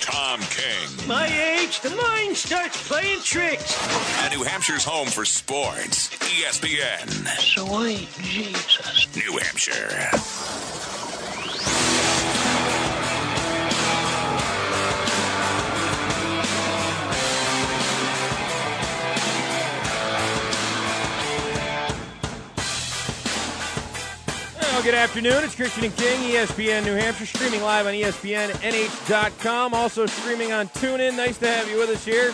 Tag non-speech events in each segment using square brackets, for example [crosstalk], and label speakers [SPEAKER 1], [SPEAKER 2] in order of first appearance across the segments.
[SPEAKER 1] Tom King.
[SPEAKER 2] My age, the mind starts playing tricks.
[SPEAKER 1] And New Hampshire's home for sports. E ESPN,
[SPEAKER 2] Sweet Jesus.
[SPEAKER 1] New Hampshire.
[SPEAKER 3] Well, good afternoon. It's Christian and King, E ESPN New Hampshire, streaming live on E ESPNNH.com, also streaming on TuneIn. Nice to have you with us here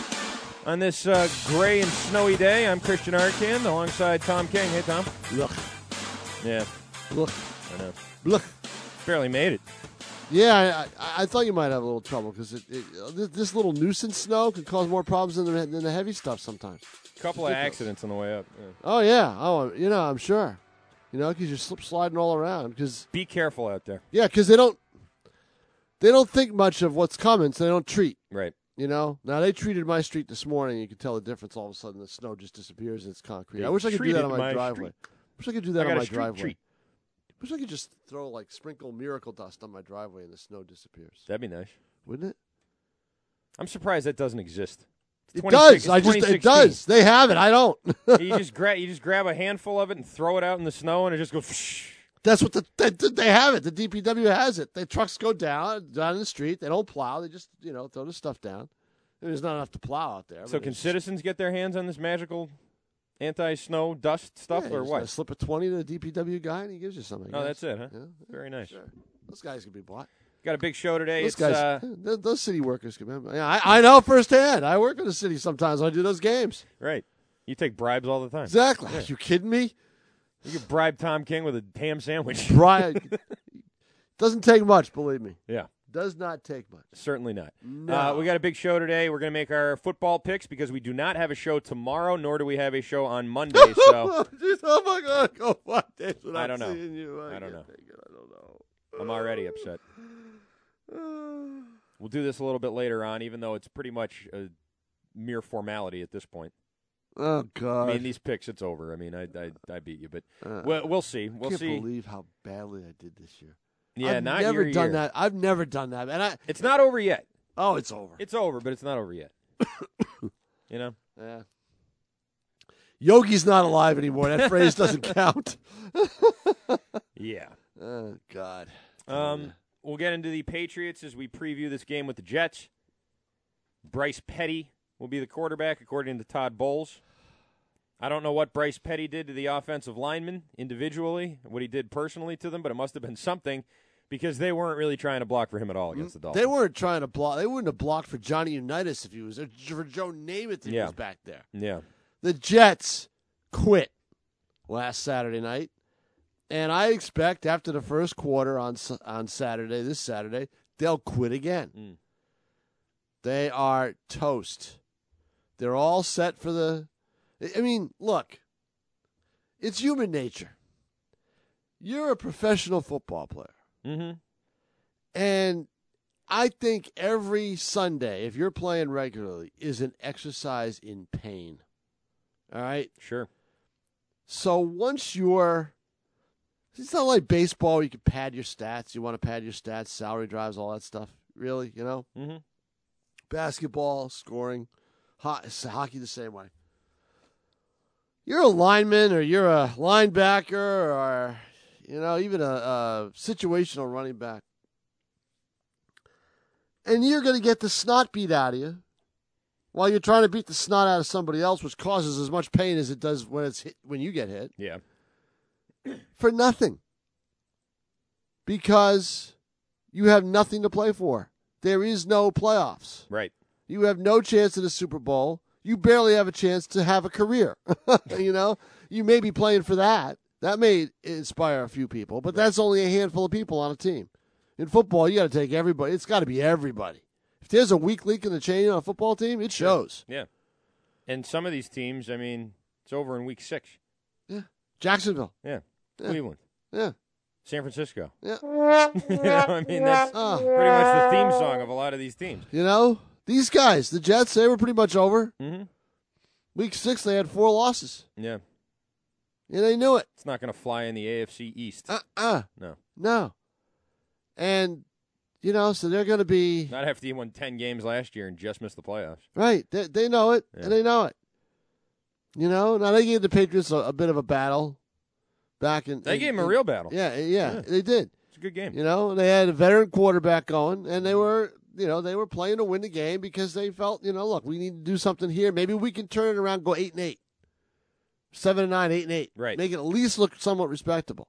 [SPEAKER 3] on this uh, gray and snowy day. I'm Christian Arkin alongside Tom King. Hey, Tom.
[SPEAKER 4] Look,
[SPEAKER 3] Yeah,
[SPEAKER 4] look,
[SPEAKER 3] I know.
[SPEAKER 4] look.
[SPEAKER 3] Barely made it.
[SPEAKER 4] Yeah, I, I, I thought you might have a little trouble because it, it, uh, this, this little nuisance snow could cause more problems than the, than the heavy stuff sometimes.
[SPEAKER 3] couple of accidents on the way up. yeah.
[SPEAKER 4] Oh yeah, oh you know I'm sure, you know because you're slip sliding all around because
[SPEAKER 3] Be careful out there.
[SPEAKER 4] yeah because they don't they don't think much of what's coming so they don't treat
[SPEAKER 3] Right.
[SPEAKER 4] you know now they treated my street this morning you can tell the difference all of a sudden the snow just disappears and it's concrete
[SPEAKER 3] They
[SPEAKER 4] I wish I could do that
[SPEAKER 3] treated
[SPEAKER 4] on my,
[SPEAKER 3] my
[SPEAKER 4] driveway wish I could do
[SPEAKER 3] I
[SPEAKER 4] that on
[SPEAKER 3] got a
[SPEAKER 4] my
[SPEAKER 3] street
[SPEAKER 4] driveway
[SPEAKER 3] treat.
[SPEAKER 4] wish I could just throw like sprinkle miracle dust on my driveway and the snow disappears
[SPEAKER 3] That'd be nice.
[SPEAKER 4] wouldn't it.
[SPEAKER 3] I'm surprised that doesn't exist. It's
[SPEAKER 4] It
[SPEAKER 3] 26
[SPEAKER 4] does.
[SPEAKER 3] it's
[SPEAKER 4] I just it
[SPEAKER 3] 2016.
[SPEAKER 4] does. They have it. I don't.
[SPEAKER 3] you just grab you just grab a handful of it and throw it out in the snow, and it just goes.
[SPEAKER 4] That's what the they, they have it. The DPW has it. The trucks go down down the street. They don't plow. They just you know throw the stuff down. And there's not enough to plow out there.
[SPEAKER 3] So
[SPEAKER 4] But
[SPEAKER 3] can
[SPEAKER 4] it's-
[SPEAKER 3] citizens get their hands on this magical anti-snow dust
[SPEAKER 4] yeah,
[SPEAKER 3] stuff
[SPEAKER 4] you
[SPEAKER 3] or
[SPEAKER 4] just gotta
[SPEAKER 3] what?
[SPEAKER 4] Slip a twenty to the DPW guy and he gives you something.
[SPEAKER 3] Oh,
[SPEAKER 4] Yes.
[SPEAKER 3] that's it, huh?
[SPEAKER 4] Yeah,
[SPEAKER 3] Very nice.
[SPEAKER 4] sure. Those guys can be bought.
[SPEAKER 3] Got a big show today.
[SPEAKER 4] Those
[SPEAKER 3] it's
[SPEAKER 4] guys,
[SPEAKER 3] uh,
[SPEAKER 4] th- those city workers can. Be, yeah, I, I know firsthand. I work in the city sometimes. When I do those games.
[SPEAKER 3] right. You take bribes all the time.
[SPEAKER 4] Exactly. Are you kidding me?
[SPEAKER 3] You could bribe Tom King with a ham sandwich.
[SPEAKER 4] Brian
[SPEAKER 3] [laughs]
[SPEAKER 4] doesn't take much. Believe me,
[SPEAKER 3] yeah.
[SPEAKER 4] does not take much.
[SPEAKER 3] Certainly not. Uh,
[SPEAKER 4] No.
[SPEAKER 3] we got a big show today. We're going to make our football picks because we do not have a show tomorrow, nor do we have a show
[SPEAKER 4] [laughs]
[SPEAKER 3] on Monday. So
[SPEAKER 4] Jeez, oh my god, go five days without
[SPEAKER 3] I don't know.
[SPEAKER 4] seeing you.
[SPEAKER 3] I don't
[SPEAKER 4] can't
[SPEAKER 3] know.
[SPEAKER 4] take it. I don't know.
[SPEAKER 3] I'm
[SPEAKER 4] [sighs]
[SPEAKER 3] already upset. We'll do this a little bit later on, even though it's pretty much a mere formality at this point.
[SPEAKER 4] Oh
[SPEAKER 3] I
[SPEAKER 4] god,
[SPEAKER 3] mean, these picks, it's over. I mean, I I, I beat you, but
[SPEAKER 4] Uh,
[SPEAKER 3] we'll, we'll see.
[SPEAKER 4] I
[SPEAKER 3] We'll
[SPEAKER 4] can't
[SPEAKER 3] see.
[SPEAKER 4] believe how badly I did this year.
[SPEAKER 3] yeah,
[SPEAKER 4] I've
[SPEAKER 3] not
[SPEAKER 4] never
[SPEAKER 3] your
[SPEAKER 4] done
[SPEAKER 3] year.
[SPEAKER 4] that. I've never done that, and I
[SPEAKER 3] It's not over yet.
[SPEAKER 4] oh, it's over.
[SPEAKER 3] It's over, but it's not
[SPEAKER 4] [coughs]
[SPEAKER 3] over yet. you know,
[SPEAKER 4] yeah. Yogi's not alive anymore. That phrase
[SPEAKER 3] [laughs]
[SPEAKER 4] doesn't count.
[SPEAKER 3] [laughs] yeah.
[SPEAKER 4] Oh god.
[SPEAKER 3] Um, we'll get into the Patriots as we preview this game with the Jets. Bryce Petty will be the quarterback, according to Todd Bowles. I don't know what Bryce Petty did to the offensive linemen individually, what he did personally to them, but it must have been something because they weren't really trying to block for him at all against the Dolphins.
[SPEAKER 4] Mm, They weren't trying to block. They wouldn't have blocked for Johnny Unitas if he was there. For Joe Namath, if he
[SPEAKER 3] Yeah.
[SPEAKER 4] was back there.
[SPEAKER 3] yeah.
[SPEAKER 4] the Jets quit last Saturday night, and I expect after the first quarter on S- on Saturday, this Saturday, they'll quit again.
[SPEAKER 3] Mm.
[SPEAKER 4] They are toast. They're all set for the. I- I mean, look, it's human nature. You're a professional football player.
[SPEAKER 3] Mm-hmm.
[SPEAKER 4] And I think every Sunday, if you're playing regularly, is an exercise in pain. All right?
[SPEAKER 3] Sure.
[SPEAKER 4] So once you're, it's not like baseball. You can pad your stats. You want to pad your stats, salary drives, all that stuff. Really, you know,
[SPEAKER 3] Mm-hmm.
[SPEAKER 4] basketball scoring, ho- hockey the same way. You're a lineman, or you're a linebacker, or you know, even a, a situational running back, and you're going to get the snot beat out of you while you're trying to beat the snot out of somebody else, which causes as much pain as it does when it's hit, when you get hit
[SPEAKER 3] Yeah.
[SPEAKER 4] for nothing because you have nothing to play for. There is no playoffs.
[SPEAKER 3] Right.
[SPEAKER 4] You have no chance at a Super Bowl. You barely have a chance to have a career. [laughs] you know, you may be playing for that. That may inspire a few people, but that's only a handful of people on a team. In football, you got to take everybody. It's got to be everybody. If there's a weak link in the chain on a football team, it shows.
[SPEAKER 3] Yeah. And some of these teams, I mean, it's over in week six.
[SPEAKER 4] Jacksonville.
[SPEAKER 3] Yeah.
[SPEAKER 4] Yeah.
[SPEAKER 3] Cleveland.
[SPEAKER 4] Yeah.
[SPEAKER 3] San Francisco.
[SPEAKER 4] Yeah.
[SPEAKER 3] [laughs] you know, I mean, that's
[SPEAKER 4] Oh.
[SPEAKER 3] pretty much the theme song of a lot of these teams.
[SPEAKER 4] You know, these guys, the Jets, they were pretty much over.
[SPEAKER 3] Mhm.
[SPEAKER 4] Week six, they had four losses,
[SPEAKER 3] Yeah.
[SPEAKER 4] and they knew it. Ah.
[SPEAKER 3] It's not going to fly in the AFC East.
[SPEAKER 4] Uh uh
[SPEAKER 3] No.
[SPEAKER 4] No. And You know, so they're going to be
[SPEAKER 3] Not after you won 10 games last year and just missed the playoffs.
[SPEAKER 4] right. They, they know it,
[SPEAKER 3] Yeah.
[SPEAKER 4] and they know it. You know, now they gave the Patriots a, a bit of a battle back in.
[SPEAKER 3] They
[SPEAKER 4] in-
[SPEAKER 3] gave him a
[SPEAKER 4] in-
[SPEAKER 3] real battle.
[SPEAKER 4] Yeah, yeah,
[SPEAKER 3] Yeah.
[SPEAKER 4] they did.
[SPEAKER 3] It's a good game.
[SPEAKER 4] You know, they had a veteran quarterback going, and they were, you know, they were playing to win the game because they felt, you know, look, we need to do something here. Maybe we can turn it around, go eight and eight, seven and nine, eight and eight,
[SPEAKER 3] Right.
[SPEAKER 4] Make it at least look somewhat respectable.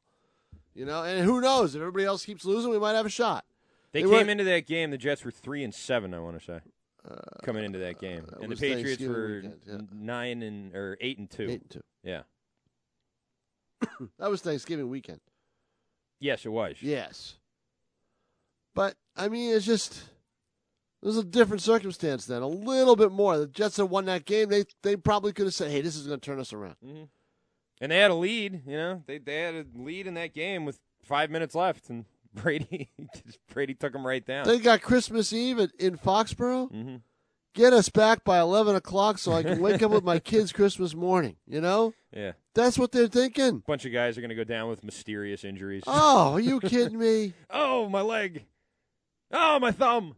[SPEAKER 4] You know, and who knows? If everybody else keeps losing, we might have a shot.
[SPEAKER 3] They,
[SPEAKER 4] They
[SPEAKER 3] came
[SPEAKER 4] were- Uh,
[SPEAKER 3] into that game. The Jets were three and seven. I want to say coming into that game,
[SPEAKER 4] that
[SPEAKER 3] and the
[SPEAKER 4] was
[SPEAKER 3] Patriots
[SPEAKER 4] Thanksgiving
[SPEAKER 3] were
[SPEAKER 4] weekend, yeah.
[SPEAKER 3] n- nine and or eight and two.
[SPEAKER 4] Eight and two.
[SPEAKER 3] Yeah.
[SPEAKER 4] [coughs] That was Thanksgiving weekend.
[SPEAKER 3] Yes, it was.
[SPEAKER 4] Yes. But I mean, it's just it was a different circumstance then. A little bit more. The Jets had won that game. They they probably could have said, "Hey, this is going to turn us around."
[SPEAKER 3] Mm-hmm. And they had a lead. You know, they they had a lead in that game with five minutes left, and [laughs] Brady just, Brady took them right down.
[SPEAKER 4] They got Christmas Eve at, in Foxborough.
[SPEAKER 3] Mhm.
[SPEAKER 4] Get us back by eleven o'clock so I can wake up with
[SPEAKER 3] [laughs]
[SPEAKER 4] my kids Christmas morning. You know,
[SPEAKER 3] yeah,
[SPEAKER 4] that's what they're thinking.
[SPEAKER 3] bunch of guys are going to go down with mysterious injuries.
[SPEAKER 4] Oh, are
[SPEAKER 3] [laughs]
[SPEAKER 4] you kidding me?
[SPEAKER 3] Oh, my leg. Oh, my thumb.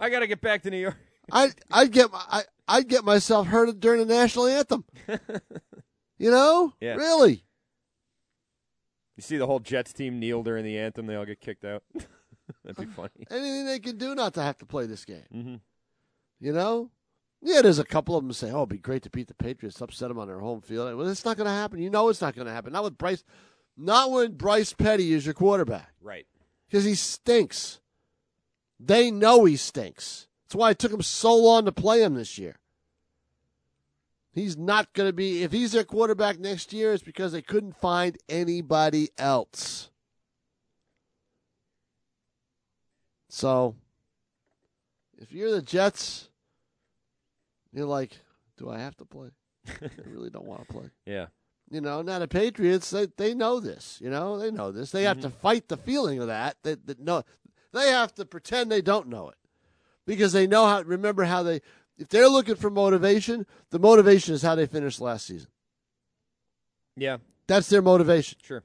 [SPEAKER 3] I got to get back to New York.
[SPEAKER 4] I I'd get my, I I'd get myself hurt during the national
[SPEAKER 3] [laughs]
[SPEAKER 4] anthem. You know,
[SPEAKER 3] Yeah.
[SPEAKER 4] really.
[SPEAKER 3] You see the whole Jets team kneel during the anthem. They all get kicked out. [laughs] That'd
[SPEAKER 4] Uh,
[SPEAKER 3] be funny.
[SPEAKER 4] [laughs] anything they can do not to have to play this game.
[SPEAKER 3] Mhm.
[SPEAKER 4] You know, yeah, there's a couple of them say, "Oh, it'd be great to beat the Patriots, upset them on their home field." Well, it's not going to happen. You know, it's not going to happen. Not with Bryce, not when Bryce Petty is your quarterback
[SPEAKER 3] Right.
[SPEAKER 4] because he stinks. They know he stinks. That's why it took him so long to play him this year. He's not going to be if he's their quarterback next year. It's because they couldn't find anybody else. So, if you're the Jets, you're like, do I have to play? I really don't want to play.
[SPEAKER 3] Yeah.
[SPEAKER 4] You know, now the Patriots, they, they know this. You know, they know this. They have to fight the feeling of that. That, that no, they have to pretend they don't know it because they know how. Remember how they, if they're looking for motivation, the motivation is how they finished last season.
[SPEAKER 3] Yeah.
[SPEAKER 4] That's their motivation
[SPEAKER 3] Sure.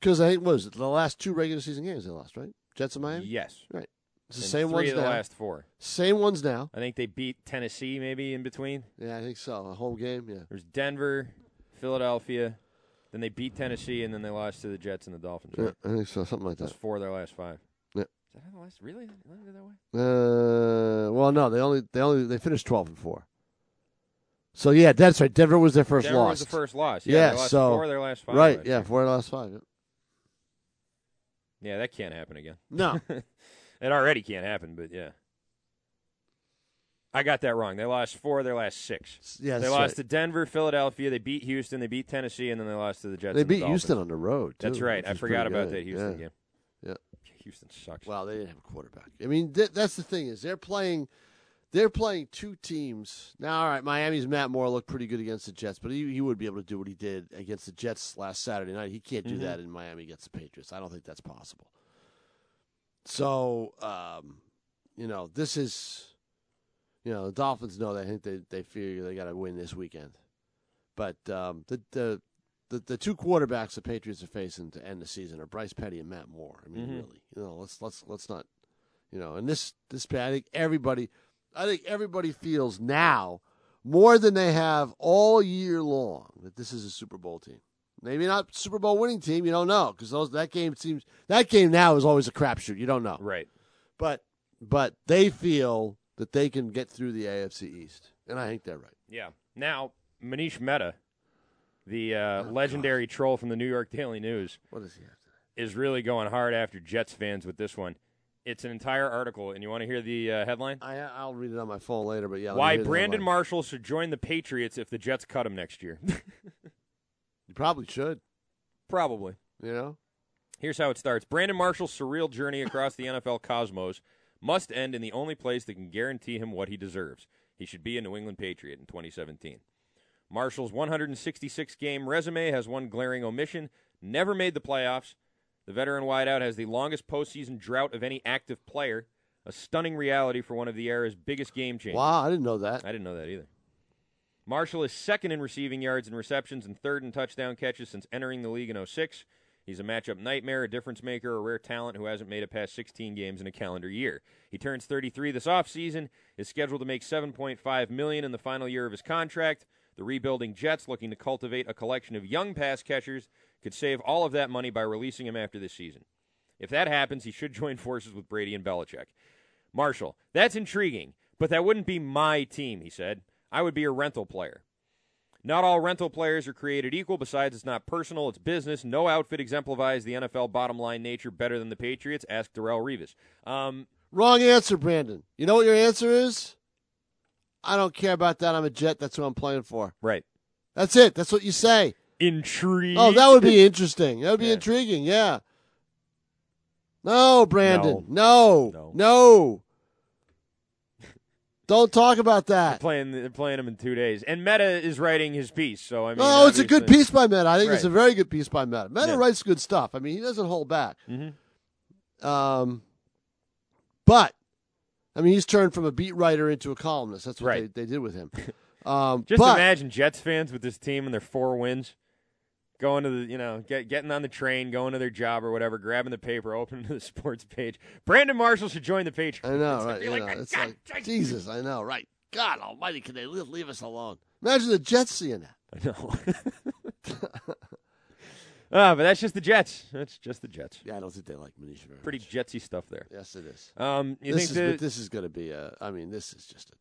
[SPEAKER 4] because I think what was it the last two regular season games they lost, right? Jets and Miami.
[SPEAKER 3] Yes.
[SPEAKER 4] Right. It's the
[SPEAKER 3] And
[SPEAKER 4] same
[SPEAKER 3] three
[SPEAKER 4] ones
[SPEAKER 3] of the
[SPEAKER 4] now.
[SPEAKER 3] last four.
[SPEAKER 4] Same ones now.
[SPEAKER 3] I think they beat Tennessee maybe in between.
[SPEAKER 4] Yeah, I think so. A home game. Yeah.
[SPEAKER 3] There's Denver, Philadelphia, then they beat Tennessee, and then they lost to the Jets and the Dolphins.
[SPEAKER 4] Yeah,
[SPEAKER 3] Right?
[SPEAKER 4] I think so. Something like
[SPEAKER 3] That's
[SPEAKER 4] that.
[SPEAKER 3] four of their last five.
[SPEAKER 4] Yeah.
[SPEAKER 3] Is that how the last really landed that way?
[SPEAKER 4] Uh, well, no, they only they only they finished twelve and four. So yeah, that's right. Denver was their first
[SPEAKER 3] Denver
[SPEAKER 4] loss.
[SPEAKER 3] was the first loss. Yeah,
[SPEAKER 4] Yeah,
[SPEAKER 3] they lost
[SPEAKER 4] so-
[SPEAKER 3] four of their last five.
[SPEAKER 4] right?
[SPEAKER 3] last
[SPEAKER 4] Yeah,
[SPEAKER 3] year.
[SPEAKER 4] four of the last five.
[SPEAKER 3] Yeah, that can't happen again.
[SPEAKER 4] No,
[SPEAKER 3] [laughs] It already can't happen, but yeah. I got that wrong. They lost four of their last six.
[SPEAKER 4] yeah,
[SPEAKER 3] they
[SPEAKER 4] that's
[SPEAKER 3] lost to
[SPEAKER 4] right.
[SPEAKER 3] Denver, Philadelphia. They beat Houston. They beat Tennessee, and then they lost to the Jets.
[SPEAKER 4] They
[SPEAKER 3] and the
[SPEAKER 4] beat Houston
[SPEAKER 3] Dolphins.
[SPEAKER 4] on the road. too,
[SPEAKER 3] That's right.
[SPEAKER 4] which
[SPEAKER 3] I
[SPEAKER 4] is
[SPEAKER 3] forgot
[SPEAKER 4] pretty
[SPEAKER 3] about
[SPEAKER 4] good.
[SPEAKER 3] that Houston
[SPEAKER 4] Yeah.
[SPEAKER 3] game.
[SPEAKER 4] Yeah.
[SPEAKER 3] Houston sucks.
[SPEAKER 4] Wow, they didn't have a quarterback. I mean, th- that's the thing is they're playing, they're playing two teams now. All right, Miami's Matt Moore looked pretty good against the Jets, but he he would be able to do what he did against the Jets last Saturday night. He can't
[SPEAKER 3] Mm-hmm.
[SPEAKER 4] do that in Miami against the Patriots. I don't think that's possible. So, um, you know, this is, you know, the Dolphins know they think they they figure they got to win this weekend, but um, the the. The, the two quarterbacks the Patriots are facing to end the season are Bryce Petty and Matt Moore. I mean,
[SPEAKER 3] Mhm.
[SPEAKER 4] really, you know, let's let's let's not, you know, and this this I think everybody, I think everybody feels now more than they have all year long that this is a Super Bowl team. Maybe not Super Bowl winning team. You don't know because those that game seems that game now is always a crapshoot. You don't know,
[SPEAKER 3] Right.
[SPEAKER 4] but but they feel that they can get through the AFC East, and I think they're right.
[SPEAKER 3] Yeah. Now, Manish Mehta, the uh, legendary troll from the New York Daily News,
[SPEAKER 4] Oh, What does he have? To
[SPEAKER 3] is really going hard after Jets fans with this one. It's an entire article, and you want to hear the uh, headline?
[SPEAKER 4] I I'll read it on my phone later, but yeah. let me
[SPEAKER 3] Why
[SPEAKER 4] hear the
[SPEAKER 3] Brandon
[SPEAKER 4] headline.
[SPEAKER 3] Marshall should join the Patriots if the Jets cut him next year. [laughs]
[SPEAKER 4] You probably should.
[SPEAKER 3] Probably.
[SPEAKER 4] You know.
[SPEAKER 3] Here's how it starts Brandon Marshall's surreal journey across the NFL cosmos must end in the only place that can guarantee him what he deserves. He should be a New England Patriot in 2017. Marshall's 166 game resume has one glaring omission never made the playoffs. The veteran wideout has the longest postseason drought of any active player, a stunning reality for one of the era's biggest game changers.
[SPEAKER 4] Wow, I didn't know that.
[SPEAKER 3] I didn't know that either. Marshall is second in receiving yards and receptions and third in touchdown catches since entering the league in 06. He's a matchup nightmare, a difference maker, a rare talent who hasn't made it past 16 games in a calendar year. He turns 33 this offseason, is scheduled to make 7.5 million in the final year of his contract. The rebuilding Jets, looking to cultivate a collection of young pass catchers, could save all of that money by releasing him after this season. If that happens, he should [laughs] join forces with Brady and Belichick. Marshall, that's intriguing, but that wouldn't be my team, he said. I would be a rental player. Not all rental players are created equal. Besides, it's not personal, it's business. No outfit exemplifies the NFL bottom line nature better than the Patriots. Ask Darrell Revis. Um,
[SPEAKER 4] Wrong answer, Brandon. You know what your answer is? I don't care about that. I'm a Jet. That's what I'm playing for.
[SPEAKER 3] right.
[SPEAKER 4] That's it. That's what you say.
[SPEAKER 3] Intrigue.
[SPEAKER 4] Oh, that would
[SPEAKER 3] [laughs]
[SPEAKER 4] be interesting. That would be
[SPEAKER 3] Yeah.
[SPEAKER 4] intriguing. Yeah. No, Brandon. No.
[SPEAKER 3] No.
[SPEAKER 4] No. Don't talk about that.
[SPEAKER 3] playing. They're playing him in two days, and Meta is writing his piece. So [laughs] I mean,
[SPEAKER 4] oh, it's a good
[SPEAKER 3] obviously-
[SPEAKER 4] piece by Meta. I think it's a
[SPEAKER 3] Right.
[SPEAKER 4] very good piece by Meta. Meta
[SPEAKER 3] Yeah.
[SPEAKER 4] writes good stuff. I mean, he doesn't hold back.
[SPEAKER 3] Mhm.
[SPEAKER 4] Um, but I mean, he's turned from a beat writer into a columnist. That's what
[SPEAKER 3] Right.
[SPEAKER 4] they, they did with
[SPEAKER 3] [laughs]
[SPEAKER 4] him. Um,
[SPEAKER 3] Just
[SPEAKER 4] but,
[SPEAKER 3] imagine Jets fans with this team and their four wins, going to the you know get, getting on the train, going to their job or whatever, grabbing the paper, [laughs] opening the sports page. Brandon Marshall should join the Patriots.
[SPEAKER 4] I know,
[SPEAKER 3] It's
[SPEAKER 4] right?
[SPEAKER 3] like, you're
[SPEAKER 4] you
[SPEAKER 3] like,
[SPEAKER 4] know, it's
[SPEAKER 3] God,
[SPEAKER 4] like
[SPEAKER 3] I-
[SPEAKER 4] Jesus. I know, right? God Almighty, can they leave, leave us alone? Imagine the Jets seeing that.
[SPEAKER 3] I know. [laughs] Ah, but that's just the Jets. That's just the Jets.
[SPEAKER 4] Yeah, I don't think they like Manish very
[SPEAKER 3] Pretty [laughs]
[SPEAKER 4] much.
[SPEAKER 3] Jetsy stuff there.
[SPEAKER 4] Yes, it is.
[SPEAKER 3] Um, you
[SPEAKER 4] this is
[SPEAKER 3] think the,
[SPEAKER 4] this is going to be a. I mean, this is just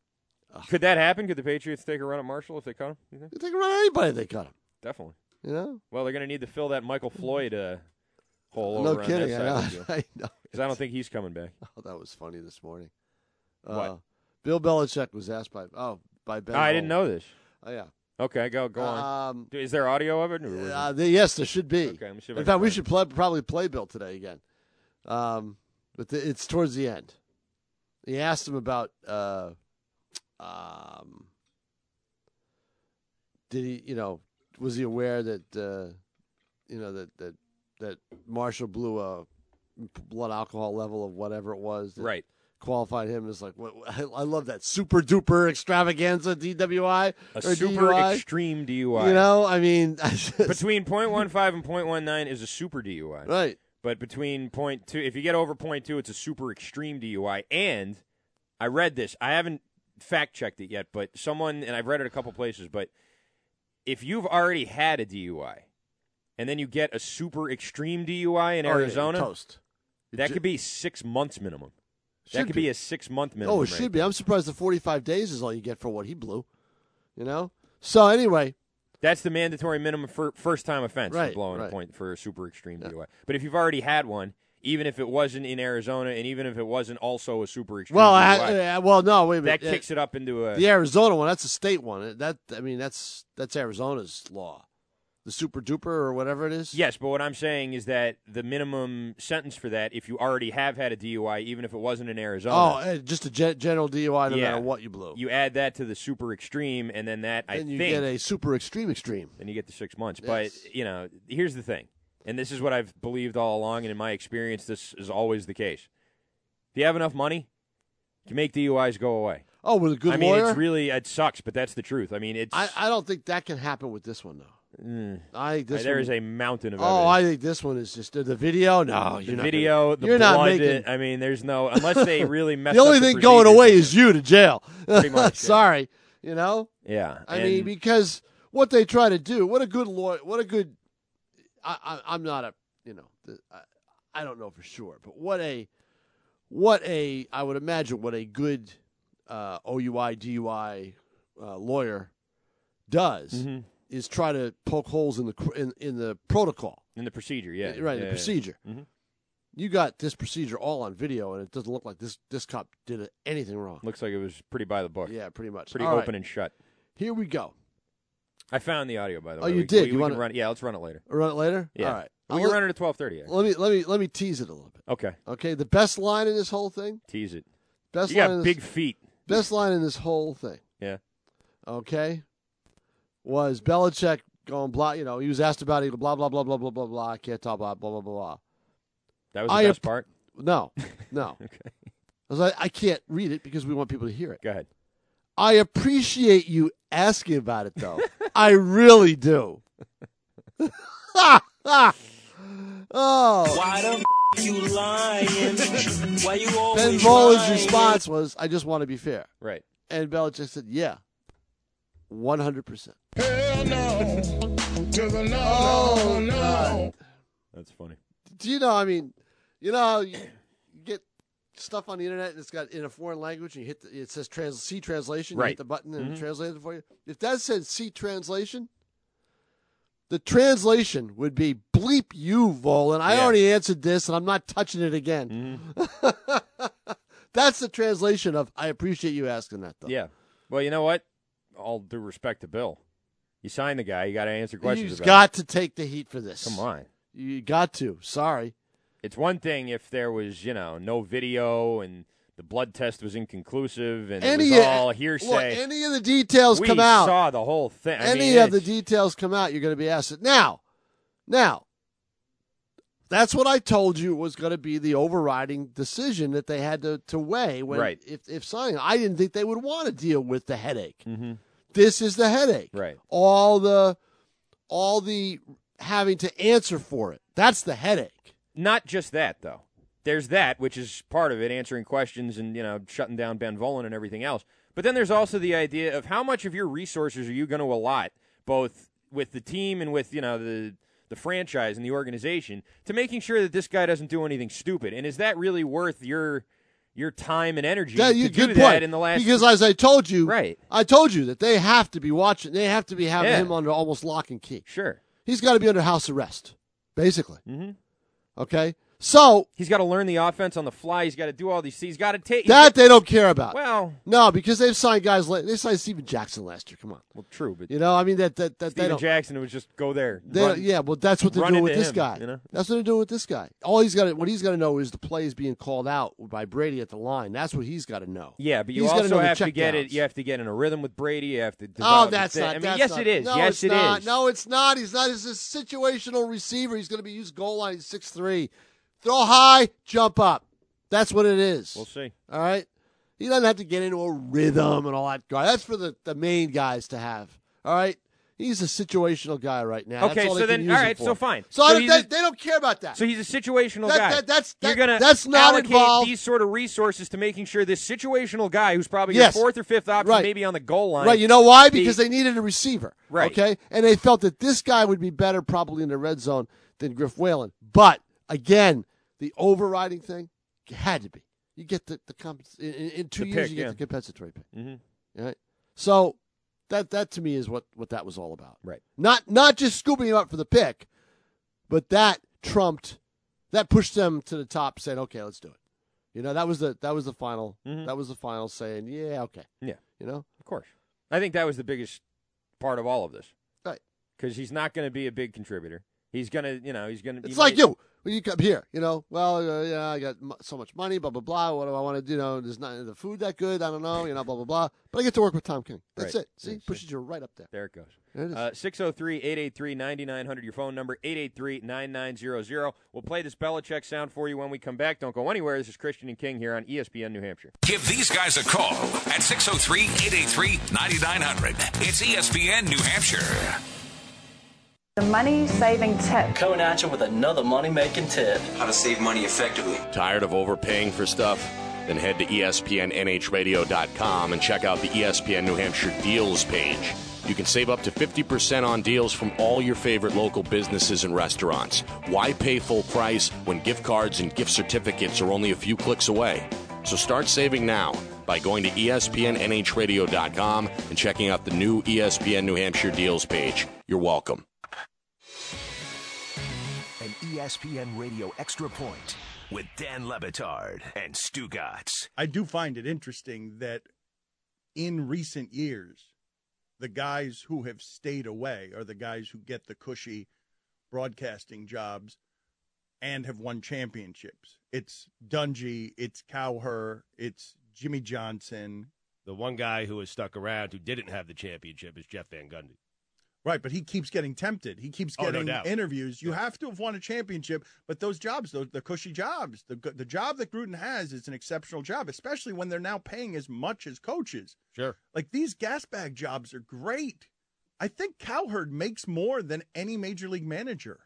[SPEAKER 4] a.
[SPEAKER 3] could that happen? Could the Patriots take a run at Marshall if they caught him? You think?
[SPEAKER 4] They can run [laughs] anybody. They cut him.
[SPEAKER 3] Definitely.
[SPEAKER 4] You know.
[SPEAKER 3] Well, they're going to need to fill that Michael Floyd uh, hole
[SPEAKER 4] no
[SPEAKER 3] over
[SPEAKER 4] kidding.
[SPEAKER 3] on
[SPEAKER 4] I
[SPEAKER 3] that
[SPEAKER 4] know. [laughs]
[SPEAKER 3] side of the deal.
[SPEAKER 4] I know.
[SPEAKER 3] 'Cause I don't think he's coming back.
[SPEAKER 4] Oh, that was funny this morning.
[SPEAKER 3] What?
[SPEAKER 4] Uh, Bill Belichick was asked by oh by Ben.
[SPEAKER 3] Oh, I didn't
[SPEAKER 4] Roll.
[SPEAKER 3] know this.
[SPEAKER 4] Oh yeah.
[SPEAKER 3] Okay, go go on.
[SPEAKER 4] Um.
[SPEAKER 3] Is there audio of it? or is it-
[SPEAKER 4] uh, there- yes, there should be.
[SPEAKER 3] Okay, let me see if I
[SPEAKER 4] In
[SPEAKER 3] can
[SPEAKER 4] fact, we
[SPEAKER 3] find it.
[SPEAKER 4] should play, probably play Bill today again. Um, but the, it's towards the end. He asked him about, uh, um, did he, you know, was he aware that, uh, you know, that that that Marshall blew a blood alcohol level of whatever it was, that
[SPEAKER 3] right.
[SPEAKER 4] Qualified him as like, what, [laughs] I, I love that super duper extravaganza DWI
[SPEAKER 3] A
[SPEAKER 4] or
[SPEAKER 3] super
[SPEAKER 4] DUI.
[SPEAKER 3] extreme DUI.
[SPEAKER 4] You know, I mean, [laughs] I just-
[SPEAKER 3] [laughs] Between 0.15 and 0.19 is a super DUI.
[SPEAKER 4] right.
[SPEAKER 3] But between point two, if you get over point two, it's a super extreme DUI. And I read this. I haven't fact checked it yet, but someone and I've read it a couple places. But if you've already had a DUI, and then you get a super extreme DUI in
[SPEAKER 4] Oh, yeah,
[SPEAKER 3] Arizona,
[SPEAKER 4] toast.
[SPEAKER 3] that could be six months minimum. that
[SPEAKER 4] Should
[SPEAKER 3] could
[SPEAKER 4] be.
[SPEAKER 3] be. a six month minimum.
[SPEAKER 4] Oh, it
[SPEAKER 3] right?
[SPEAKER 4] should be. I'm surprised the 45 days is all you get for what he blew. You know. So anyway,
[SPEAKER 3] That's the mandatory minimum for first time offense for
[SPEAKER 4] Right,
[SPEAKER 3] blowing a
[SPEAKER 4] right.
[SPEAKER 3] point for a super extreme DUI. But if you've already had one, even if it wasn't in Arizona, and even if it wasn't also a super extreme
[SPEAKER 4] well, I,
[SPEAKER 3] DUI,
[SPEAKER 4] I- well, no, wait a
[SPEAKER 3] that
[SPEAKER 4] minute.
[SPEAKER 3] kicks it up into a
[SPEAKER 4] the Arizona one. That's a state one. That I mean, that's that's Arizona's law, the super duper or whatever it is.
[SPEAKER 3] Yes, but what I'm saying is that the minimum sentence for that, if you already have had a DUI, even if it wasn't in
[SPEAKER 4] Oh,
[SPEAKER 3] Arizona,
[SPEAKER 4] eh, just a gen- general DUI, no
[SPEAKER 3] Yeah.
[SPEAKER 4] matter what you blew.
[SPEAKER 3] you add that to the super extreme, and then that I
[SPEAKER 4] then you
[SPEAKER 3] think
[SPEAKER 4] get a super extreme extreme.
[SPEAKER 3] then you get the six months.
[SPEAKER 4] Yes.
[SPEAKER 3] But you know, here's the thing, and this is what I've believed all along, and in my experience, this is always the case. If you have enough money, you can make DUIs go away.
[SPEAKER 4] Oh, with a good
[SPEAKER 3] I mean,
[SPEAKER 4] lawyer.
[SPEAKER 3] it's really it sucks, but that's the truth. I mean, it's
[SPEAKER 4] I, I don't think that can happen with this one though.
[SPEAKER 3] Mm.
[SPEAKER 4] I think this
[SPEAKER 3] there
[SPEAKER 4] one,
[SPEAKER 3] is a mountain of
[SPEAKER 4] Oh,
[SPEAKER 3] evidence.
[SPEAKER 4] I think this one is just the, the video. No,
[SPEAKER 3] the
[SPEAKER 4] you're not
[SPEAKER 3] video,
[SPEAKER 4] gonna-
[SPEAKER 3] the
[SPEAKER 4] you're
[SPEAKER 3] blood.
[SPEAKER 4] not making.
[SPEAKER 3] it- I mean, there's no
[SPEAKER 4] [laughs]
[SPEAKER 3] unless they really mess.
[SPEAKER 4] the only
[SPEAKER 3] up
[SPEAKER 4] thing going
[SPEAKER 3] procedures.
[SPEAKER 4] away is you to jail. [laughs]
[SPEAKER 3] much, yeah.
[SPEAKER 4] Sorry, you know.
[SPEAKER 3] Yeah,
[SPEAKER 4] I
[SPEAKER 3] and-
[SPEAKER 4] mean, because what they try to do, what a good lawyer, what a good. I, I, I'm not a, you know, the, I, I don't know for sure, but what a, what a, I would imagine what a good uh, OUI DUI uh, lawyer does
[SPEAKER 3] Mhm.
[SPEAKER 4] is try to poke holes in the cr- in, in the protocol,
[SPEAKER 3] in the procedure. Yeah,
[SPEAKER 4] right?
[SPEAKER 3] yeah,
[SPEAKER 4] the
[SPEAKER 3] yeah.
[SPEAKER 4] procedure.
[SPEAKER 3] Mhm.
[SPEAKER 4] You got this procedure all on video, and it doesn't look like this this cop did anything wrong.
[SPEAKER 3] Looks like it was pretty by the book.
[SPEAKER 4] Yeah, pretty much.
[SPEAKER 3] pretty
[SPEAKER 4] All right,
[SPEAKER 3] open and shut.
[SPEAKER 4] Here we go.
[SPEAKER 3] I found the audio by the
[SPEAKER 4] Oh,
[SPEAKER 3] way.
[SPEAKER 4] you
[SPEAKER 3] We-
[SPEAKER 4] did?
[SPEAKER 3] We,
[SPEAKER 4] You
[SPEAKER 3] we
[SPEAKER 4] wanna-
[SPEAKER 3] can run it. Yeah, let's run it later.
[SPEAKER 4] Run it later.
[SPEAKER 3] Yeah.
[SPEAKER 4] All right.
[SPEAKER 3] We
[SPEAKER 4] I'll
[SPEAKER 3] can
[SPEAKER 4] let-
[SPEAKER 3] run it at twelve thirty.
[SPEAKER 4] Let me let me let me tease it a little bit.
[SPEAKER 3] Okay,
[SPEAKER 4] Okay, the best line in this whole thing.
[SPEAKER 3] tease it.
[SPEAKER 4] Best
[SPEAKER 3] You
[SPEAKER 4] line.
[SPEAKER 3] got
[SPEAKER 4] in
[SPEAKER 3] big
[SPEAKER 4] This,
[SPEAKER 3] feet.
[SPEAKER 4] best line in this whole thing.
[SPEAKER 3] Yeah.
[SPEAKER 4] Okay. Was Belichick going blah? You know, he was asked about it. Blah blah blah blah blah blah blah. I can't talk about blah blah blah blah.
[SPEAKER 3] That was the
[SPEAKER 4] I
[SPEAKER 3] best
[SPEAKER 4] app-
[SPEAKER 3] part. [laughs]
[SPEAKER 4] No, no. I
[SPEAKER 3] Okay,
[SPEAKER 4] was like, I can't read it because we want people to hear it.
[SPEAKER 3] go ahead.
[SPEAKER 4] I appreciate you [laughs] asking about it though. I really do. Oh.
[SPEAKER 2] Why the f- you lying? Why you always
[SPEAKER 4] Ben Volan's
[SPEAKER 2] lying?
[SPEAKER 4] response was, "I just want to be fair."
[SPEAKER 3] Right.
[SPEAKER 4] And Belichick said, "Yeah, one hundred percent." [laughs] Hell no! To the no, no,
[SPEAKER 3] That's funny.
[SPEAKER 4] Do you know? I mean, you know, how you you get stuff on the internet and it's got in a foreign language, and you hit the, it says trans, "see translation." You
[SPEAKER 3] Right. Mm-hmm.
[SPEAKER 4] hit the button and it translates it for you. If that said "see translation," the translation would be "bleep you, Volan." I
[SPEAKER 3] Yeah.
[SPEAKER 4] already answered this, and I'm not touching it again.
[SPEAKER 3] Mm-hmm.
[SPEAKER 4] [laughs] That's the translation of I appreciate you asking that though.
[SPEAKER 3] Yeah. Well, you know what? All due respect to Bill. You signed the guy. You got to answer questions.
[SPEAKER 4] You've
[SPEAKER 3] about
[SPEAKER 4] got to take the heat for this.
[SPEAKER 3] it. Come on.
[SPEAKER 4] You got to. Sorry.
[SPEAKER 3] It's one thing if there was, you know, no video and the blood test was inconclusive and it
[SPEAKER 4] Any
[SPEAKER 3] was all
[SPEAKER 4] Look,
[SPEAKER 3] hearsay.
[SPEAKER 4] any of the details
[SPEAKER 3] we
[SPEAKER 4] come out.
[SPEAKER 3] saw the whole thing. I
[SPEAKER 4] any
[SPEAKER 3] mean,
[SPEAKER 4] of the
[SPEAKER 3] it's-
[SPEAKER 4] details come out, you're going to be asked it. Now, now, that's what I told you was going to be the overriding decision that they had to, to weigh when
[SPEAKER 3] Right.
[SPEAKER 4] if, if signing. I didn't think they would want to deal with the headache.
[SPEAKER 3] Mhm.
[SPEAKER 4] This is the headache.
[SPEAKER 3] Right.
[SPEAKER 4] All the, all the having to answer for it. That's the headache.
[SPEAKER 3] Not just that though. There's that, which is part of it, answering questions and you know shutting down Ben Volen and everything else. But then there's also the idea of how much of your resources are you going to allot, both with the team and with you know the the franchise and the organization, to making sure that this guy doesn't do anything stupid. And is that really worth your your time and energy
[SPEAKER 4] Yeah, you-
[SPEAKER 3] to do
[SPEAKER 4] good
[SPEAKER 3] that
[SPEAKER 4] point.
[SPEAKER 3] in the last?
[SPEAKER 4] because as I told you,
[SPEAKER 3] Right.
[SPEAKER 4] I told you that they have to be watching. They have to be having
[SPEAKER 3] Yeah.
[SPEAKER 4] him under almost lock and key.
[SPEAKER 3] sure,
[SPEAKER 4] He's got to be under house arrest, basically.
[SPEAKER 3] Mhm.
[SPEAKER 4] Okay, so
[SPEAKER 3] he's got to learn the offense on the fly. He's got to do all these. He's got to take
[SPEAKER 4] that they don't care about.
[SPEAKER 3] Well,
[SPEAKER 4] no, because they've signed guys. Like, they signed Steven Jackson last year. Come on,
[SPEAKER 3] well, true, but
[SPEAKER 4] you know. I mean that that that they
[SPEAKER 3] Steven
[SPEAKER 4] don't.
[SPEAKER 3] Jackson would just go there.
[SPEAKER 4] they
[SPEAKER 3] run-
[SPEAKER 4] don't- yeah, well, that's what they're
[SPEAKER 3] run
[SPEAKER 4] doing
[SPEAKER 3] into
[SPEAKER 4] with this
[SPEAKER 3] him,
[SPEAKER 4] guy.
[SPEAKER 3] you know?
[SPEAKER 4] That's what they're doing with this guy. All he's got, to what he's got to know is the plays being called out by Brady at the line. That's what he's got to know.
[SPEAKER 3] Yeah, but you
[SPEAKER 4] He's gotta know
[SPEAKER 3] also
[SPEAKER 4] the
[SPEAKER 3] have to get
[SPEAKER 4] checkdowns.
[SPEAKER 3] it. You have to get in a rhythm with Brady. You have to.
[SPEAKER 4] Oh,
[SPEAKER 3] Develop the
[SPEAKER 4] that's
[SPEAKER 3] thing.
[SPEAKER 4] not.
[SPEAKER 3] I mean,
[SPEAKER 4] that's
[SPEAKER 3] yes,
[SPEAKER 4] not-
[SPEAKER 3] it is.
[SPEAKER 4] No,
[SPEAKER 3] yes,
[SPEAKER 4] it's
[SPEAKER 3] it is.
[SPEAKER 4] not. No, it's not. He's not. He's a situational receiver. He's going to be used goal line. He's six three. Throw high, jump up. That's what it is.
[SPEAKER 3] We'll see.
[SPEAKER 4] All right. He doesn't have to get into a rhythm and all that. guy. That's for the, the main guys to have. All right. He's a situational guy right now. That's
[SPEAKER 3] Okay,
[SPEAKER 4] all
[SPEAKER 3] so
[SPEAKER 4] they can
[SPEAKER 3] then-
[SPEAKER 4] use
[SPEAKER 3] all
[SPEAKER 4] him
[SPEAKER 3] right,
[SPEAKER 4] for.
[SPEAKER 3] so fine.
[SPEAKER 4] So,
[SPEAKER 3] So
[SPEAKER 4] I don't,
[SPEAKER 3] he's a-
[SPEAKER 4] they, they don't care about that.
[SPEAKER 3] So he's a situational
[SPEAKER 4] That-
[SPEAKER 3] guy.
[SPEAKER 4] that- that's-
[SPEAKER 3] you're
[SPEAKER 4] that-
[SPEAKER 3] gonna
[SPEAKER 4] that's not
[SPEAKER 3] allocate
[SPEAKER 4] involved.
[SPEAKER 3] these sort of resources to making sure this situational guy, who's probably
[SPEAKER 4] Yes.
[SPEAKER 3] your fourth or fifth option,
[SPEAKER 4] Right.
[SPEAKER 3] maybe on the goal line,
[SPEAKER 4] Right, you know why?
[SPEAKER 3] the-
[SPEAKER 4] Because they needed a receiver.
[SPEAKER 3] Right.
[SPEAKER 4] Okay. And they felt that this guy would be better probably in the red zone than Griff Whalen. But again, the overriding thing had to be you get the the compens- in, in in two
[SPEAKER 3] The
[SPEAKER 4] years
[SPEAKER 3] pick,
[SPEAKER 4] you get
[SPEAKER 3] yeah.
[SPEAKER 4] the compensatory pick.
[SPEAKER 3] Mhm.
[SPEAKER 4] All right. So that that to me is what what that was all about.
[SPEAKER 3] Right.
[SPEAKER 4] Not not just scooping him up for the pick, but that trumped that pushed them to the top saying, "Okay, let's do it." You know, that was the that was the final
[SPEAKER 3] Mhm.
[SPEAKER 4] that was the final saying, "Yeah, okay."
[SPEAKER 3] Yeah.
[SPEAKER 4] You know?
[SPEAKER 3] Of course, I think that was the biggest part of all of this.
[SPEAKER 4] Right.
[SPEAKER 3] Because he's not going to be a big contributor. He's gonna, you know, he's gonna.
[SPEAKER 4] It's
[SPEAKER 3] he
[SPEAKER 4] like
[SPEAKER 3] might-
[SPEAKER 4] you. When you come here, you know, well, uh, yeah, I got m- so much money, blah, blah, blah. What do I want to do? You know, there's not the food that good. I don't know, you know, blah, blah, blah. But I get to work with Tom King. That's
[SPEAKER 3] Right.
[SPEAKER 4] it. See,
[SPEAKER 3] Yeah, see.
[SPEAKER 4] pushes you right up there.
[SPEAKER 3] There it goes.
[SPEAKER 4] There it is.
[SPEAKER 3] 603 883 9900, your phone number, 883 9900. We'll play this Belichick sound for you when we come back. Don't go anywhere. This is Christian and King here on E ESPN New Hampshire.
[SPEAKER 1] Give these guys a call at 603 883 9900. It's E ESPN New Hampshire.
[SPEAKER 5] The money saving tip.
[SPEAKER 2] Coming at you with another money making tip.
[SPEAKER 6] how to save money effectively.
[SPEAKER 7] Tired of overpaying for stuff? Then head to E ESPNNHradio.com and check out the E ESPN New Hampshire Deals page. You can save up to 50% on deals from all your favorite local businesses and restaurants. Why pay full price when gift cards and gift certificates are only a few clicks away? So start saving now by going to E ESPNNHradio.com and checking out the new E ESPN New Hampshire Deals page. You're welcome.
[SPEAKER 8] An E ESPN Radio Extra Point with Dan Lebitard and Stu Gatz.
[SPEAKER 9] I do find it interesting that in recent years, the guys who have stayed away are the guys who get the cushy broadcasting jobs and have won championships. It's Dungy, it's Cowher, it's Jimmy Johnson.
[SPEAKER 10] The one guy who has stuck around who didn't have the championship is Jeff Van Gundy.
[SPEAKER 9] Right, but he keeps getting tempted. He keeps
[SPEAKER 10] Oh, no
[SPEAKER 9] getting
[SPEAKER 10] doubt.
[SPEAKER 9] interviews. You have to have won a championship, but those jobs, those the cushy jobs, the the job that Gruden has is an exceptional job, especially when they're now paying as much as coaches.
[SPEAKER 10] Sure.
[SPEAKER 9] Like these gas bag jobs are great. I think Cowherd makes more than any major league manager.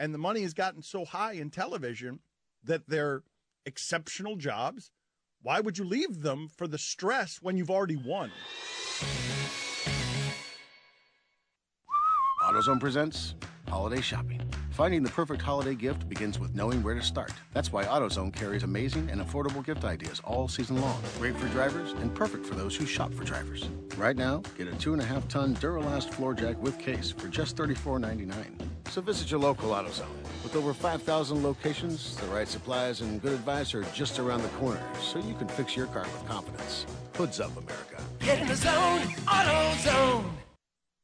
[SPEAKER 9] And the money has gotten so high in television that they're exceptional jobs. Why would you leave them for the stress when you've already won?
[SPEAKER 11] AutoZone presents Holiday Shopping. Finding the perfect holiday gift begins with knowing where to start. That's why AutoZone carries amazing and affordable gift ideas all season long. Great for drivers and perfect for those who shop for drivers. Right now, get a 2.5 ton Duralast floor jack with case for just $34.99. So visit your local AutoZone. With over 5,000 locations, the right supplies and good advice are just around the corner, so you can fix your car with confidence. Hoods up, America.
[SPEAKER 12] Get in the zone, AutoZone.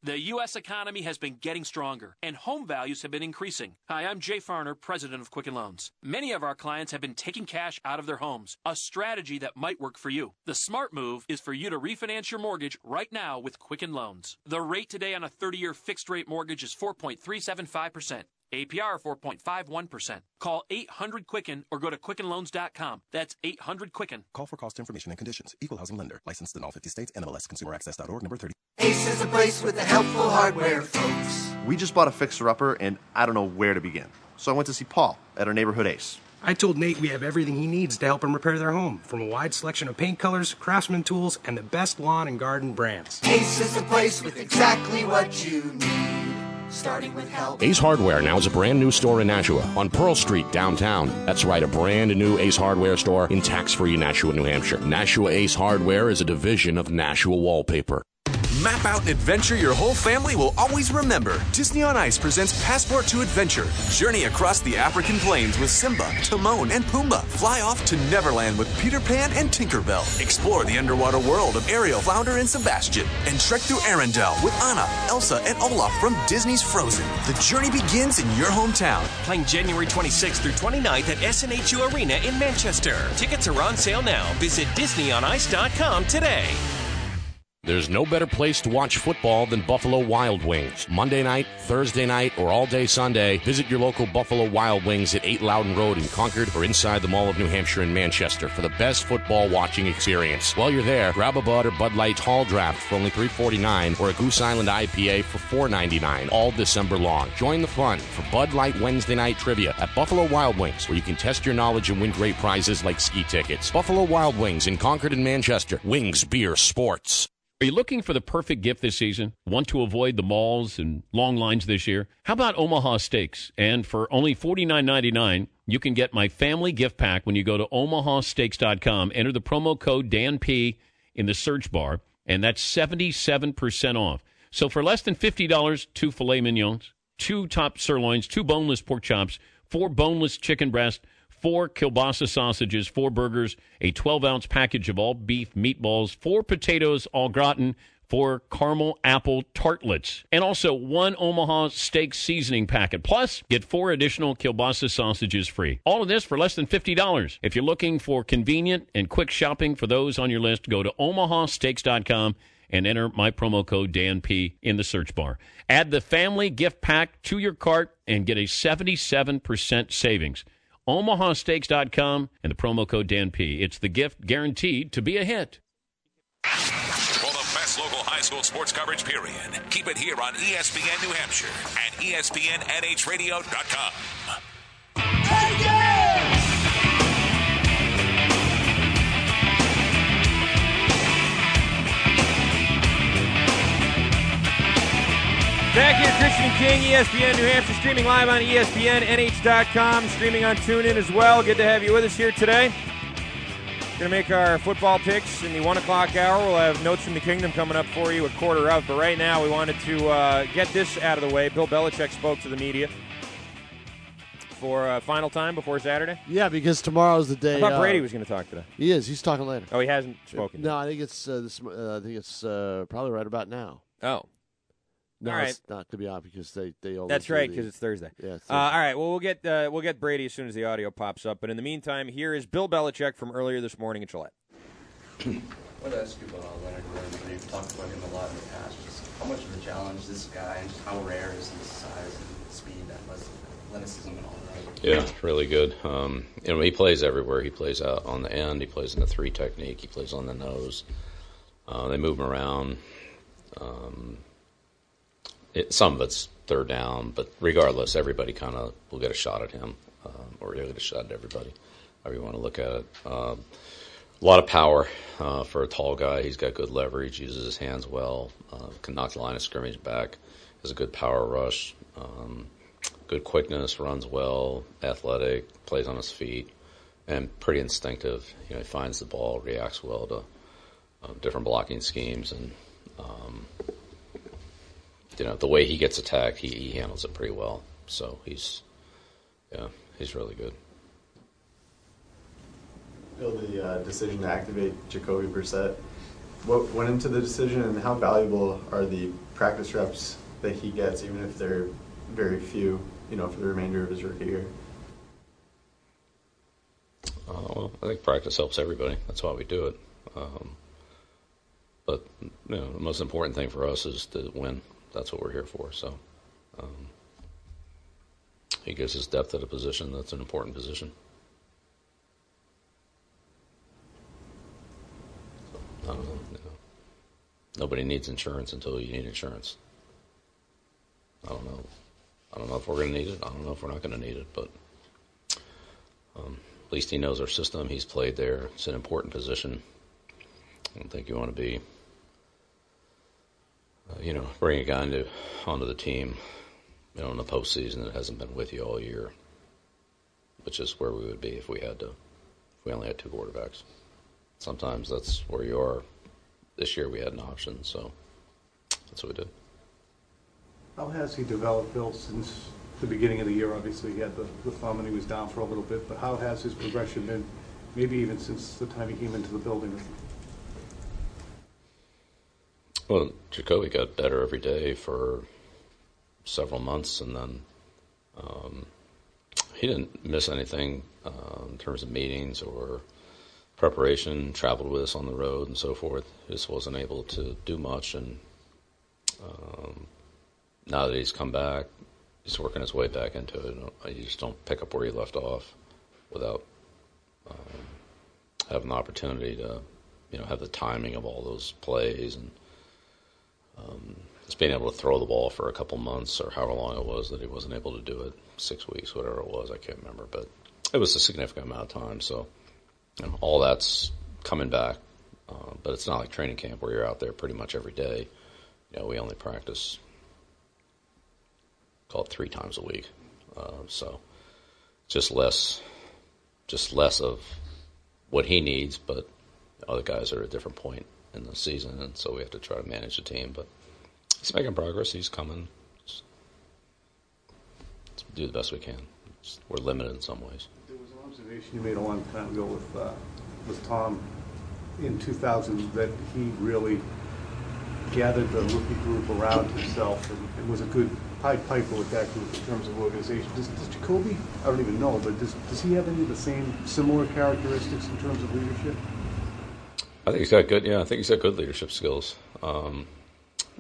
[SPEAKER 13] The U.S. economy has been getting stronger, and home values have been increasing. Hi, I'm Jay Farner, president of Quicken Loans. Many of our clients have been taking cash out of their homes, a strategy that might work for you. The smart move is for you to refinance your mortgage right now with Quicken Loans. The rate today on a 30 year fixed rate mortgage is 4.375%. APR 4.51%. Call 800 Quicken or go to QuickenLoans.com. That's 800 Quicken.
[SPEAKER 14] Call for cost information and conditions. Equal housing lender. Licensed in all 50 states. NMLS ConsumerAccess.org number 30.
[SPEAKER 12] Ace is the place with the helpful hardware, folks.
[SPEAKER 15] We just bought a fixer upper and I don't know where to begin. So I went to see Paul at our neighborhood Ace.
[SPEAKER 16] I told Nate we have everything he needs to help him repair their home, from a wide selection of paint colors, craftsman tools, and the best lawn and garden brands.
[SPEAKER 12] Ace is the place with exactly what you need, starting with help.
[SPEAKER 7] Ace Hardware now is a brand new store in Nashua on Pearl Street downtown. That's right, a brand new Ace Hardware store in tax-free Nashua, New Hampshire. Nashua Ace Hardware is a division of Nashua Wallpaper.
[SPEAKER 17] Map out an adventure your whole family will always remember. Disney on Ice presents Passport to Adventure. Journey across the African plains with Simba, Timon, and Pumbaa. Fly off to Neverland with Peter Pan and Tinkerbell. Explore the underwater world of Ariel, Flounder, and Sebastian. And trek through Arendelle with Anna, Elsa, and Olaf from Disney's Frozen. The journey begins in your hometown.
[SPEAKER 18] Playing January 26th through 29th at SNHU Arena in Manchester. Tickets are on sale now. Visit DisneyOnIce.com today.
[SPEAKER 7] There's no better place to watch football than Buffalo Wild Wings. Monday night, Thursday night, or all day Sunday, visit your local Buffalo Wild Wings at 8 Loudon Road in Concord or inside the Mall of New Hampshire in Manchester for the best football watching experience. While you're there, grab a Bud or Bud Light Hall Draft for only $3.49 or a Goose Island IPA for $4.99 all December long. Join the fun for Bud Light Wednesday Night Trivia at Buffalo Wild Wings where you can test your knowledge and win great prizes like ski tickets. Buffalo Wild Wings in Concord and Manchester. Wings, beer, sports.
[SPEAKER 19] Are you looking for the perfect gift this season? Want to avoid the malls and long lines this year? How about Omaha Steaks? And for only $49.99, you can get my family gift pack when you go to omahasteaks.com. Enter the promo code DANP in the search bar, and that's 77% off. So for less than $50, two filet mignons, two top sirloins, two boneless pork chops, four boneless chicken breasts, four kielbasa sausages, four burgers, a 12 ounce package of all beef meatballs, four potatoes all gratin, four caramel apple tartlets, and also one Omaha steak seasoning packet. Plus, get four additional kielbasa sausages free. All of this for less than $50. If you're looking for convenient and quick shopping for those on your list, go to omahasteaks.com and enter my promo code DANP in the search bar. Add the family gift pack to your cart and get a 77% savings omahasteaks.com and the promo code DANP. It's the gift guaranteed to be a hit.
[SPEAKER 1] For the best local high school sports coverage, period. Keep it here on E ESPN New Hampshire E and ESPNNHradio.com.
[SPEAKER 3] Back here, Christian King, E ESPN New Hampshire, streaming live on E ESPNNH.com, streaming on TuneIn as well. Good to have you with us here today. Going to make our football picks in the 1 o'clock hour. We'll have Notes from the Kingdom coming up for you at quarter of, but right now we wanted to uh, get this out of the way. Bill Belichick spoke to the media for uh, final time before Saturday.
[SPEAKER 4] Yeah, because tomorrow's the day.
[SPEAKER 3] I thought
[SPEAKER 4] uh,
[SPEAKER 3] Brady was going to talk today.
[SPEAKER 4] He is. He's talking later.
[SPEAKER 3] Oh, he hasn't spoken.
[SPEAKER 4] No, I think it's uh, this. Uh, I think it's uh, probably right about now.
[SPEAKER 3] Oh.
[SPEAKER 4] No,
[SPEAKER 3] All right.
[SPEAKER 4] it's not to be off because they they all.
[SPEAKER 3] That's right, because it's Thursday.
[SPEAKER 4] Yeah, it's
[SPEAKER 3] Uh, all right. Well, we'll get uh, we'll get Brady as soon as the audio pops up. But in the meantime, here is Bill Belichick from earlier this morning at Gillette.
[SPEAKER 20] What ask you about Leonard Williams? You've talked about him a lot in the past. Just how much of a challenge this guy, and just how rare is his size and speed, that was athleticism and all that.
[SPEAKER 21] Yeah, really good. Um, you know, he plays everywhere. He plays out on the end. He plays in the three technique. He plays on the nose. Uh, they move him around. Um, it, some of it's third down. But regardless, everybody kind of will get a shot at him, um, or he'll get a shot at everybody, however you want to look at it. Um, a lot of power uh, for a tall guy. He's got good leverage, uses his hands well, uh, can knock the line of scrimmage back, has a good power rush, um, good quickness, runs well, athletic, plays on his feet, and pretty instinctive. You know, he finds the ball, reacts well to uh, different blocking schemes, and um, you know the way he gets attacked, he, he handles it pretty well. So he's yeah, he's really good.
[SPEAKER 22] Bill, the uh, decision to activate Jacoby Brissett, what went into the decision and how valuable are the practice reps that he gets, even if they're very few, you know, for the remainder of his rookie year?
[SPEAKER 21] Uh, well, I think practice helps everybody. That's why we do it. Um, but you know, the most important thing for us is to win. That's what we're here for. So um, he gives us depth at a position that's an important position. I don't know, you know. Nobody needs insurance until you need insurance. I don't know. I don't know if we're going to need it. I don't know if we're not going to need it, but um, at least he knows our system. He's played there. It's an important position. I don't think you want to be, uh, you know, bring a guy into, onto the team, you know, in the postseason that hasn't been with you all year, which is where we would be if we had to, if we only had two quarterbacks. Sometimes that's where you are. This year we had an option, so that's what we did.
[SPEAKER 23] How has he developed, Bill, since the beginning of the year? Obviously, he had the, the thumb and he was down for a little bit, but how has his progression been, maybe even since the time he came into the building?
[SPEAKER 21] Well, Jacoby got better every day for several months, and then um, he didn't miss anything uh, in terms of meetings or preparation. Traveled with us on the road and so forth. Just wasn't able to do much, and um, now that he's come back, he's working his way back into it. And You just don't pick up where you left off without um, having the opportunity to, you know, have the timing of all those plays and um, just being able to throw the ball for a couple months or however long it was that he wasn't able to do it, six weeks, whatever it was, I can't remember, but it was a significant amount of time. So you know, all that's coming back, uh, but it's not like training camp where you're out there pretty much every day. You know, we only practice call it three times a week. Uh, so just less, just less of what he needs, but other guys are at a different point in the season, and so we have to try to manage the team. But he's making progress. He's coming. Just, do the best we can. Just- we're limited in some ways.
[SPEAKER 23] There was an observation you made a long time ago with, uh, with Tom in 2000 that he really gathered the rookie group around himself and, and was a good Pied Piper with that group in terms of organization. Does, does Jacoby, I don't even know, but does, does he have any of the same similar characteristics in terms of leadership?
[SPEAKER 21] I think he's got good. Yeah, I think he's got good leadership skills. Um,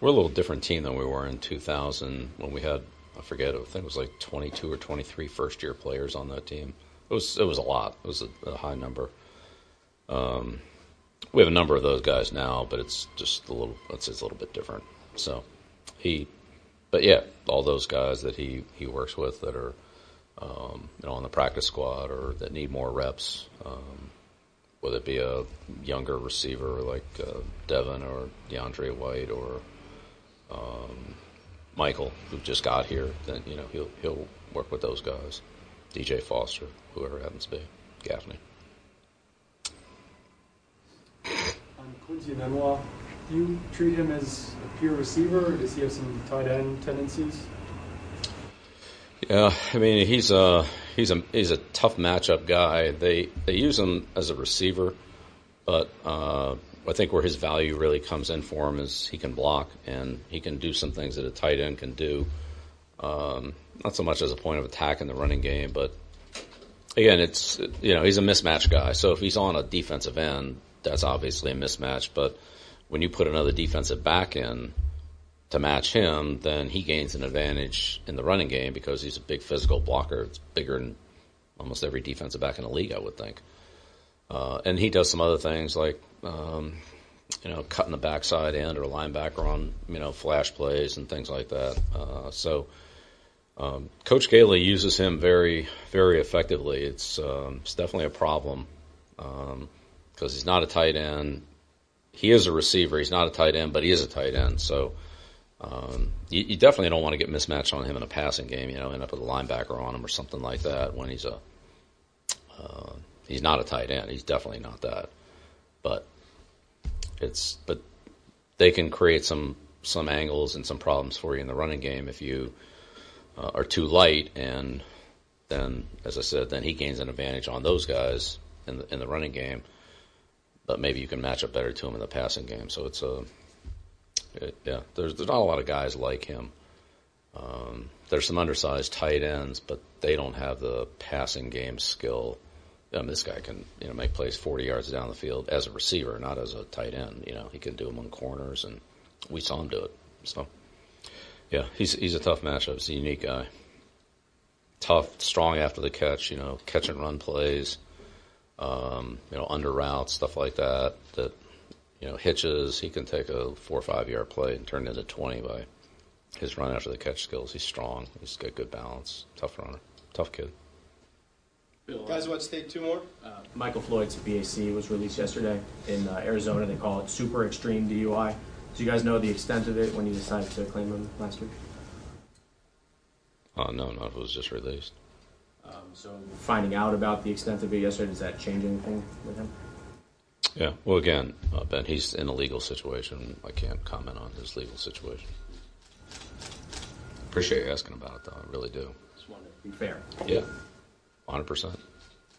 [SPEAKER 21] we're a little different team than we were in 2000 when we had I forget. I think it was like 22 or 23 first year players on that team. It was it was a lot. It was a, a high number. Um, we have a number of those guys now, but it's just a little. It's just a little bit different. So he, but yeah, all those guys that he he works with that are. Um, you know, on the practice squad or that need more reps, um, whether it be a younger receiver like uh, Devin or DeAndre White or um, Michael, who just got here, then you know he'll he'll work with those guys, DJ Foster, whoever it happens to be, Gaffney.
[SPEAKER 24] On Quincy Manoa, do you treat him as a pure receiver, or does he have some tight end tendencies?
[SPEAKER 21] Yeah, I mean he's a he's a he's a tough matchup guy. They they use him as a receiver, but uh, I think where his value really comes in for him is he can block and he can do some things that a tight end can do. Um, not so much as a point of attack in the running game, but again, it's you know he's a mismatch guy. So if he's on a defensive end, that's obviously a mismatch. But when you put another defensive back in, to match him, then he gains an advantage in the running game because he's a big physical blocker. It's bigger than almost every defensive back in the league, I would think. Uh, and he does some other things like um, you know, cutting the backside end or linebacker on, you know, flash plays and things like that. Uh, so um, Coach Gailey uses him very, very effectively. It's, um, it's definitely a problem because he's not a tight end. He is a receiver. He's not a tight end, but he is a tight end. So um, you, you definitely don't want to get mismatched on him in a passing game. You know, end up with a linebacker on him or something like that when he's a uh, he's not a tight end. He's definitely not that. But it's but they can create some some angles and some problems for you in the running game if you uh, are too light and then as I said then he gains an advantage on those guys in the, in the running game but maybe you can match up better to him in the passing game so it's a it, yeah there's there's not a lot of guys like him um, there's some undersized tight ends but they don't have the passing game skill I mean, this guy can you know make plays 40 yards down the field as a receiver, not as a tight end. You know, he can do them on corners, and we saw him do it. So, yeah, he's he's a tough matchup. He's a unique guy. Tough, strong after the catch. You know, catch and run plays. Um, you know, under routes, stuff like that. That you know, hitches. He can take a four or five yard play and turn it into 20 by his run after the catch skills. He's strong. He's got good balance. Tough runner. Tough kid.
[SPEAKER 2] Guys, what's take two more? Uh,
[SPEAKER 5] uh, Michael Floyd's BAC was released yesterday in uh, Arizona. They call it super extreme DUI. So you guys know the extent of it when you decided to claim him last year.
[SPEAKER 21] Uh, no, no, it was just released.
[SPEAKER 5] Um, so finding out about the extent of it yesterday, does that change anything with him?
[SPEAKER 21] Yeah. Well, again, uh, Ben, he's in a legal situation. I can't comment on his legal situation. Appreciate you asking about it, though. I really do.
[SPEAKER 5] Just wanted to be fair.
[SPEAKER 21] Yeah, hundred percent.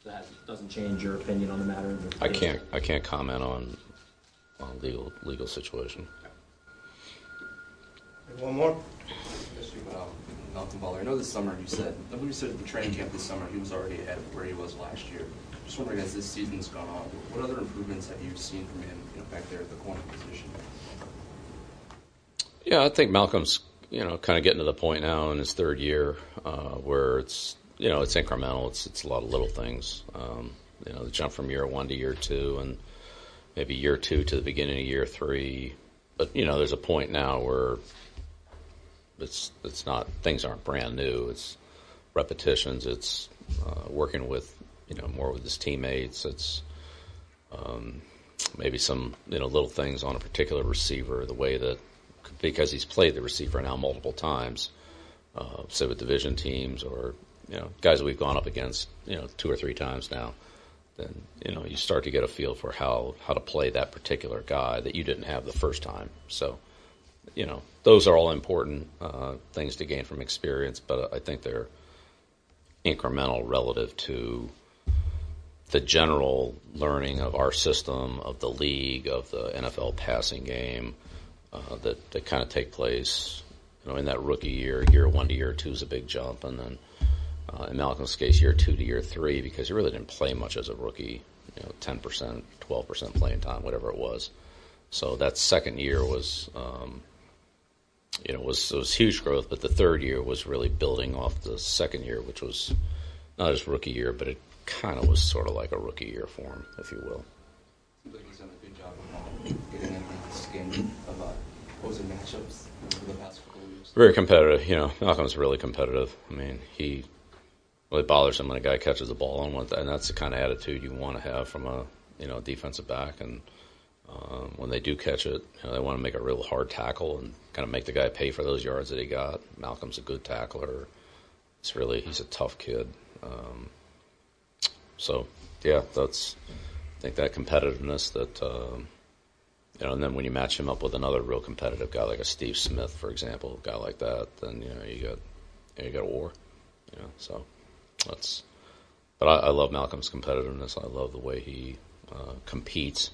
[SPEAKER 5] That doesn't change your opinion on the matter.
[SPEAKER 21] I can't. I can't comment on on legal legal situation.
[SPEAKER 2] One more.
[SPEAKER 20] Yes, you will. Malcolm Butler, I know this summer you said, I believe you said at the training camp this summer he was already ahead of where he was last year. Just wondering as this season's gone on, what other improvements have you seen from him you know, back there at the corner position?
[SPEAKER 21] Yeah, I think Malcolm's you know kind of getting to the point now in his third year uh, where it's you know it's incremental. It's it's a lot of little things. Um, you know, the jump from year one to year two, and maybe year two to the beginning of year three. But you know, there's a point now where it's it's not things aren't brand new. It's repetitions. It's uh, working with you know more with his teammates. It's um, maybe some you know little things on a particular receiver, the way that because he's played the receiver now multiple times, uh, say with division teams or you know guys that we've gone up against you know two or three times now, then you know you start to get a feel for how how to play that particular guy that you didn't have the first time. So you know those are all important uh, things to gain from experience, but I think they're incremental relative to the general learning of our system, of the league, of the NFL passing game uh, that that kind of take place. You know, in that rookie year, year one to year two is a big jump, and then uh, in Malcolm's case, year two to year three, because he really didn't play much as a rookie, you know, 10%, 12% playing time, whatever it was. So that second year was, um, you know, was was huge growth, but the third year was really building off the second year, which was not his rookie year, but it kind of was sort of like a rookie year for him, if you will.
[SPEAKER 20] Seems like he's done a good job of uh, getting in the skin of uh, opposing matchups over the past couple of years.
[SPEAKER 21] Very competitive, you know. Malcolm's really competitive. I mean, he really bothers him when a guy catches the ball, and, with, and that's the kind of attitude you want to have from a you know defensive back. And um, when they do catch it, you know, they want to make a real hard tackle and kind of make the guy pay for those yards that he got. Malcolm's a good tackler. It's really he's a tough kid. Um, so yeah, that's I think that competitiveness that. Um, you know, and then when you match him up with another real competitive guy like a Steve Smith, for example, a guy like that, then you know you got you, know, you got a war, you know. So that's, but I, I love Malcolm's competitiveness. I love the way he uh, competes,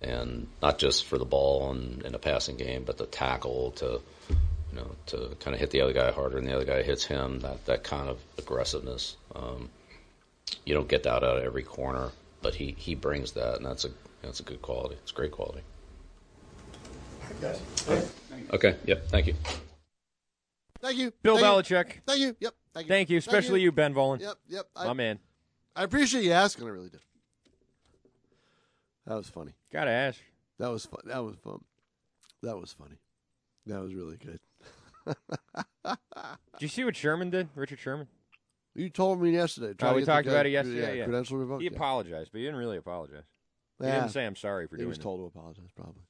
[SPEAKER 21] and not just for the ball and in a passing game, but the tackle to, you know, to kind of hit the other guy harder, and the other guy hits him. That that kind of aggressiveness. Um, you don't get that out of every corner, but he, he brings that, and that's a that's a good quality. It's a great quality.
[SPEAKER 20] Guys.
[SPEAKER 21] Okay. Yeah. Thank you.
[SPEAKER 4] Thank you,
[SPEAKER 3] Bill
[SPEAKER 4] Thank you.
[SPEAKER 3] Belichick.
[SPEAKER 4] Thank you. Yep. Thank you.
[SPEAKER 3] Thank you, especially you. Ben Volen.
[SPEAKER 4] Yep. Yep.
[SPEAKER 3] My man.
[SPEAKER 4] I appreciate you asking. I really do. That was funny.
[SPEAKER 3] Gotta ask.
[SPEAKER 4] That was fun. That was fun. That was funny. That was really
[SPEAKER 3] [laughs]
[SPEAKER 4] good.
[SPEAKER 3] Did you see what Sherman did? Richard Sherman.
[SPEAKER 4] You told me yesterday. try
[SPEAKER 3] Oh,
[SPEAKER 4] to
[SPEAKER 3] we
[SPEAKER 4] get the
[SPEAKER 3] talked
[SPEAKER 4] guy-
[SPEAKER 3] about it yesterday. Yeah,
[SPEAKER 4] Credential revoked.
[SPEAKER 3] He
[SPEAKER 4] yeah.
[SPEAKER 3] apologized, but he didn't really apologize. He
[SPEAKER 4] Yeah.
[SPEAKER 3] didn't say I'm sorry for
[SPEAKER 4] He
[SPEAKER 3] doing.
[SPEAKER 4] was
[SPEAKER 3] it."
[SPEAKER 4] told to apologize, probably.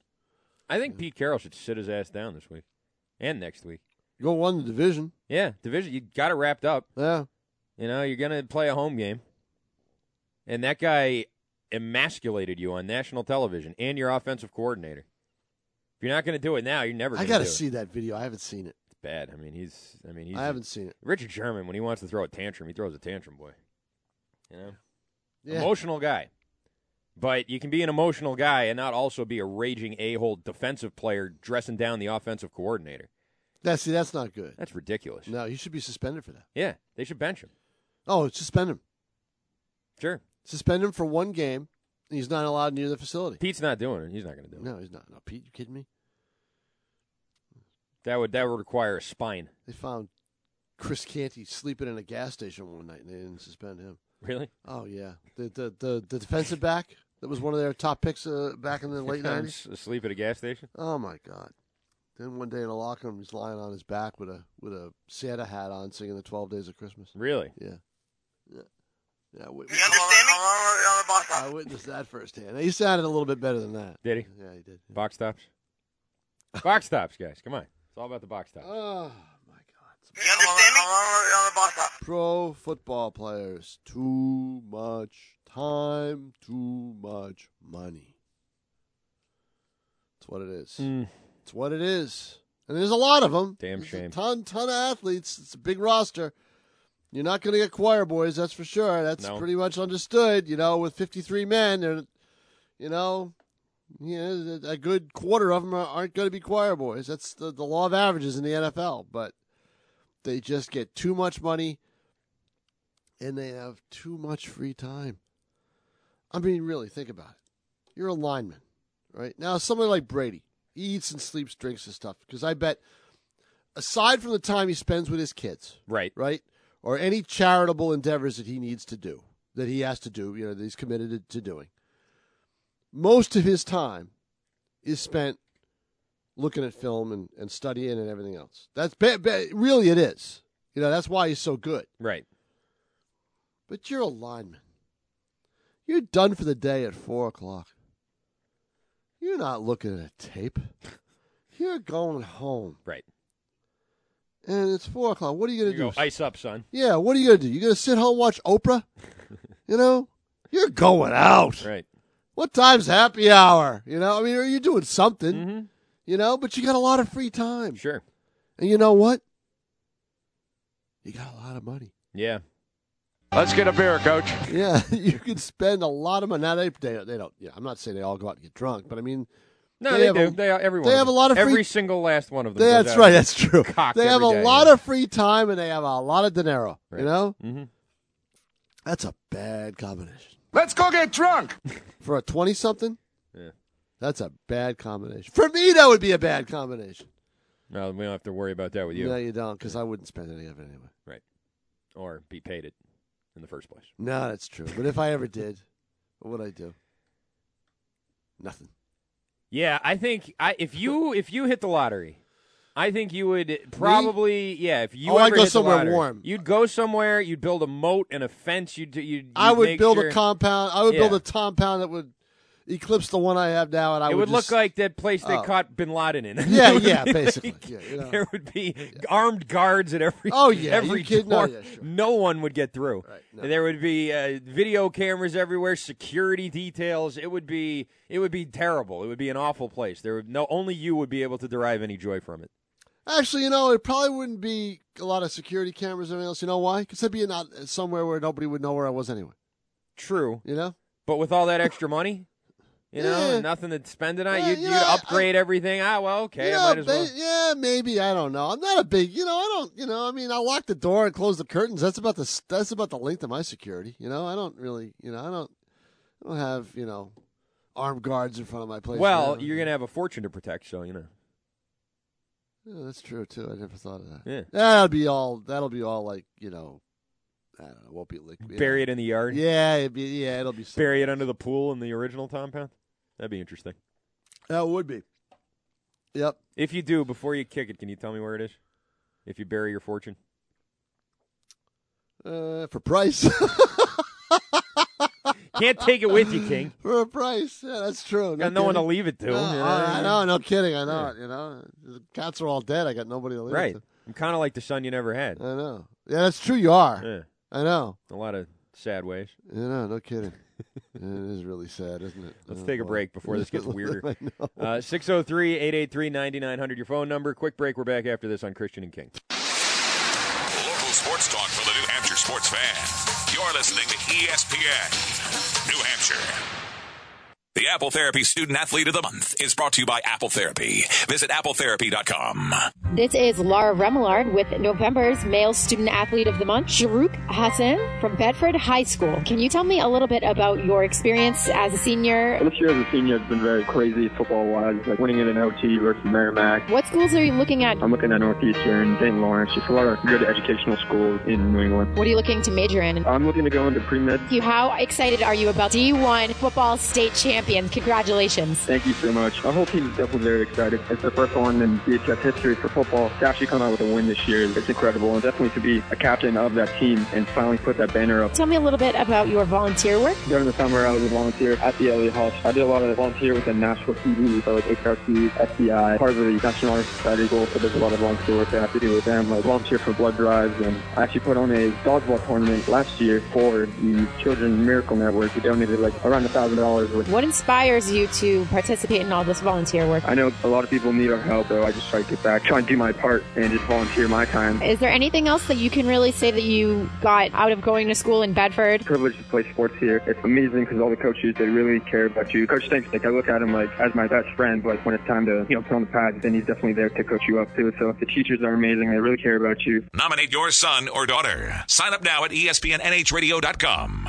[SPEAKER 3] I think Pete Carroll should sit his ass down this week and next week.
[SPEAKER 4] You going to won the division.
[SPEAKER 3] Yeah, division. You got it wrapped up.
[SPEAKER 4] Yeah.
[SPEAKER 3] You know, you're going to play a home game. And that guy emasculated you on national television and your offensive coordinator. If you're not going to do it now, you're never
[SPEAKER 4] I
[SPEAKER 3] going
[SPEAKER 4] got
[SPEAKER 3] do
[SPEAKER 4] to
[SPEAKER 3] it.
[SPEAKER 4] see that video. I haven't seen it.
[SPEAKER 3] It's bad. I mean, he's I mean, he's
[SPEAKER 4] I haven't seen it.
[SPEAKER 3] Richard Sherman when he wants to throw a tantrum, he throws a tantrum, boy. You know?
[SPEAKER 4] Yeah.
[SPEAKER 3] Emotional guy. But you can be an emotional guy and not also be a raging a-hole defensive player dressing down the offensive coordinator.
[SPEAKER 4] That see, that's not good.
[SPEAKER 3] That's ridiculous.
[SPEAKER 4] No, you should be suspended for that.
[SPEAKER 3] Yeah, they should bench him.
[SPEAKER 4] Oh, suspend him.
[SPEAKER 3] Sure.
[SPEAKER 4] Suspend him for one game. and He's not allowed near the facility.
[SPEAKER 3] Pete's not doing it. He's not going to do it.
[SPEAKER 4] No, he's not. No, Pete, you kidding me?
[SPEAKER 3] That would that would require a spine.
[SPEAKER 4] They found Chris Canty sleeping in a gas station one night, and they didn't suspend him.
[SPEAKER 3] Really?
[SPEAKER 4] Oh yeah, the the the, the defensive back that was one of their top picks uh, back
[SPEAKER 3] [laughs]
[SPEAKER 4] in the late nineties.
[SPEAKER 3] Asleep at a gas station?
[SPEAKER 4] Oh my god! Then one day in the locker room, he's lying on his back with a with a Santa hat on, singing the Twelve Days of Christmas.
[SPEAKER 3] Really?
[SPEAKER 4] Yeah. Yeah. Yeah, I wit-
[SPEAKER 8] I
[SPEAKER 4] witnessed that firsthand. He sounded a little bit better than that.
[SPEAKER 3] Did he?
[SPEAKER 4] Yeah, he did.
[SPEAKER 3] Box tops? box tops, guys. Come on. It's all about the box tops.
[SPEAKER 4] Oh Pro football players, too much time, too much money. It's what it is. It's what it is. And there's a lot of them.
[SPEAKER 3] Hmm. Damn
[SPEAKER 4] there's
[SPEAKER 3] shame.
[SPEAKER 4] A ton, ton of athletes. It's a big roster. You're not going to get choir boys, that's for sure. That's
[SPEAKER 3] No.
[SPEAKER 4] pretty much understood. You know, with 53 men, they're, you know, yeah, a good quarter of them aren't going to be choir boys. That's the, the law of averages in the NFL. But they just get too much money and they have too much free time. I mean, really, think about it. You're a lineman, right? Now, somebody like Brady, he eats and sleeps, drinks and stuff, because I bet, aside from the time he spends with his kids,
[SPEAKER 3] right,
[SPEAKER 4] right, or any charitable endeavors that he needs to do, that he has to do, you know, that he's committed to- to doing, most of his time is spent looking at film and, and studying and everything else. That's ba- ba- really it is. You know, that's why he's so good.
[SPEAKER 3] Right.
[SPEAKER 4] But you're a lineman. You're done for the day at four o'clock. You're not looking at a tape.
[SPEAKER 3] [laughs]
[SPEAKER 4] You're going home.
[SPEAKER 3] Right.
[SPEAKER 4] And it's four o'clock. What are you
[SPEAKER 3] You
[SPEAKER 4] going to do?
[SPEAKER 3] go ice up, son.
[SPEAKER 4] Yeah, what are you going to do? You going to sit home watch
[SPEAKER 3] [laughs]
[SPEAKER 4] Oprah? you know, you're going out.
[SPEAKER 3] Right.
[SPEAKER 4] What time's happy hour? You know, I mean, are you doing something? You know, but you got a lot of free time.
[SPEAKER 3] Mm-hmm. Sure.
[SPEAKER 4] And you know what? You got a lot of money.
[SPEAKER 3] Yeah.
[SPEAKER 9] Let's get a beer, coach.
[SPEAKER 4] Yeah, [laughs] you can spend a lot of money. Now they, they, they don't. Yeah, I'm not saying they all go out and get drunk, but I mean,
[SPEAKER 3] No, they,
[SPEAKER 4] have
[SPEAKER 3] do.
[SPEAKER 4] A,
[SPEAKER 3] they are, every one
[SPEAKER 4] They
[SPEAKER 3] of
[SPEAKER 4] have a
[SPEAKER 3] them.
[SPEAKER 4] lot of free.
[SPEAKER 3] every single last one of them.
[SPEAKER 4] They-
[SPEAKER 3] goes
[SPEAKER 4] that's
[SPEAKER 3] out
[SPEAKER 4] right.
[SPEAKER 3] and
[SPEAKER 4] That's true.
[SPEAKER 3] cocked
[SPEAKER 4] They have a
[SPEAKER 3] every day.
[SPEAKER 4] lot of free time and they have a lot of dinero. You know,
[SPEAKER 3] Mhm.
[SPEAKER 4] that's a bad combination
[SPEAKER 9] Let's go get drunk.
[SPEAKER 4] [laughs] for a twenty-something.
[SPEAKER 3] Yeah.
[SPEAKER 4] That's a bad combination. For me, that would be a bad combination.
[SPEAKER 3] No, we don't have to worry about that with you.
[SPEAKER 4] No, you don't, because I wouldn't spend any of it anyway.
[SPEAKER 3] Right. Or be paid it in the first place.
[SPEAKER 4] No, that's true. But if I ever did, what would I do? Nothing.
[SPEAKER 3] Yeah, I think I if [laughs] you if you hit the lottery, I think you would probably yeah. If you
[SPEAKER 4] Oh, I'd
[SPEAKER 3] ever
[SPEAKER 4] go
[SPEAKER 3] hit the
[SPEAKER 4] somewhere
[SPEAKER 3] lottery,
[SPEAKER 4] warm.
[SPEAKER 3] You'd go somewhere. You'd build a moat and a fence. You'd you. would
[SPEAKER 4] I would build
[SPEAKER 3] sure,
[SPEAKER 4] a compound. I would build
[SPEAKER 3] Yeah.
[SPEAKER 4] a compound that would eclipse the one I have now, and I
[SPEAKER 3] it
[SPEAKER 4] would,
[SPEAKER 3] would,
[SPEAKER 4] just-
[SPEAKER 3] look like that place they
[SPEAKER 4] Oh.
[SPEAKER 3] caught Bin Laden in.
[SPEAKER 4] Yeah,
[SPEAKER 3] [laughs] It would
[SPEAKER 4] yeah,
[SPEAKER 3] be
[SPEAKER 4] basically.
[SPEAKER 3] like-
[SPEAKER 4] Yeah, you know.
[SPEAKER 3] There would be armed guards at every.
[SPEAKER 4] Oh, yeah,
[SPEAKER 3] every
[SPEAKER 4] you kidding? No,
[SPEAKER 3] door.
[SPEAKER 4] yeah, sure.
[SPEAKER 3] No one would get through.
[SPEAKER 4] no.
[SPEAKER 3] There would be uh, video cameras everywhere, security details. It would be it would be terrible. It would be an awful place. There would no only you would be able to derive any joy from it.
[SPEAKER 4] Actually, you know, it probably wouldn't be a lot of security cameras or anything else. You know why? Because I'd be not somewhere where nobody would know where I was anyway.
[SPEAKER 3] True.
[SPEAKER 4] You know.
[SPEAKER 3] But with all that extra money, you know,
[SPEAKER 4] Yeah.
[SPEAKER 3] and nothing to spend it on,
[SPEAKER 4] Yeah,
[SPEAKER 3] you'd,
[SPEAKER 4] you
[SPEAKER 3] you'd
[SPEAKER 4] know, I-
[SPEAKER 3] upgrade everything. Ah, well, okay,
[SPEAKER 4] yeah,
[SPEAKER 3] I might as well.
[SPEAKER 4] ba- yeah, maybe I don't know. I'm not a big, you know, I don't, you know, I mean, I lock the door and close the curtains. That's about the that's about the length of my security. You know, I don't really, you know, I don't, I don't have, you know, armed guards in front of my place.
[SPEAKER 3] Well,
[SPEAKER 4] now.
[SPEAKER 3] you're gonna have a fortune to protect, so you know.
[SPEAKER 4] Yeah, that's true too. I never thought of that.
[SPEAKER 3] Yeah.
[SPEAKER 4] that'll be all. That'll be all like you know, I don't know. Won't be liquid.
[SPEAKER 3] Bury it in the yard.
[SPEAKER 4] Yeah, it'd be, yeah, it'll be.
[SPEAKER 3] Bury it under the pool in the original compound. That'd be interesting.
[SPEAKER 4] That would be. Yep.
[SPEAKER 3] If you do, before you kick it, can you tell me where it is? If you bury your fortune?
[SPEAKER 4] Uh, for price.
[SPEAKER 3] [laughs]
[SPEAKER 4] [laughs]
[SPEAKER 3] Can't take it with you, King.
[SPEAKER 4] [laughs] For a price. Yeah, that's true.
[SPEAKER 3] Got no one
[SPEAKER 4] kidding.
[SPEAKER 3] to leave it to,
[SPEAKER 4] No,
[SPEAKER 3] you know?
[SPEAKER 4] I know, no kidding. I know. You know, the cats are all dead. I got nobody to leave. it
[SPEAKER 3] Right.
[SPEAKER 4] to.
[SPEAKER 3] I'm kind of like the son you never had.
[SPEAKER 4] I know. Yeah, that's true. You are.
[SPEAKER 3] Yeah.
[SPEAKER 4] I know.
[SPEAKER 3] A lot of sad ways.
[SPEAKER 4] You know, no
[SPEAKER 3] [laughs]
[SPEAKER 4] kidding. it is really sad, isn't it?
[SPEAKER 3] Let's
[SPEAKER 4] Oh,
[SPEAKER 3] take a
[SPEAKER 4] boy.
[SPEAKER 3] break before this gets weirder.
[SPEAKER 4] [laughs]
[SPEAKER 3] Uh,
[SPEAKER 4] I know.
[SPEAKER 3] 603 883 9900, your phone number. Quick break. We're back after this on Christian and King.
[SPEAKER 1] Local sports talk for the New Hampshire sports fan. You're listening to E ESPN New Hampshire. The Apple Therapy Student Athlete of the Month is brought to you by Apple Therapy. Visit appletherapy.com.
[SPEAKER 6] This is Laura Remillard with November's Male Student Athlete of the Month, Sharuk Hassan from Bedford High School. Can you tell me a little bit about your experience as a senior?
[SPEAKER 10] This year as a senior has been very crazy football wise, like winning it in OT versus Merrimack.
[SPEAKER 6] What schools are you looking at?
[SPEAKER 10] I'm looking at Northeastern, St. Lawrence, just a lot of good educational schools in New England.
[SPEAKER 6] What are you looking to major in?
[SPEAKER 10] I'm looking to go into pre med.
[SPEAKER 6] You, how excited are you about D1 football state champions? Congratulations.
[SPEAKER 10] Thank you so much. Our whole team is definitely very excited. It's the first one in DHS history for football to actually come out with a win this year. It's incredible, and definitely to be a captain of that team and finally put that banner up.
[SPEAKER 6] Tell me a little bit about your volunteer work.
[SPEAKER 10] During the summer, I was a volunteer at the LA Hawks. I did a lot of volunteer with the Nashville PD, so like HRC, FBI, part of the National Honor Society goal, so there's a lot of volunteer work that I have to do with them. Like volunteer for blood drives, and I actually put on a dodgeball tournament last year for the Children Miracle Network. We donated like around $1,000 worth.
[SPEAKER 6] What inspires you to participate in all this volunteer work?
[SPEAKER 10] I know a lot of people need our help, so I just try to get back, try and do my part, and just volunteer my time.
[SPEAKER 6] Is there anything else that you can really say that you got out of going to school in Bedford?
[SPEAKER 10] privilege to play sports here. It's amazing because all the coaches they really care about you. Coach Stanks, like I look at him like as my best friend. But like when it's time to you know put on the pads, then he's definitely there to coach you up too. So the teachers are amazing. They really care about you.
[SPEAKER 1] Nominate your son or daughter. Sign up now at E espnnhradio.com.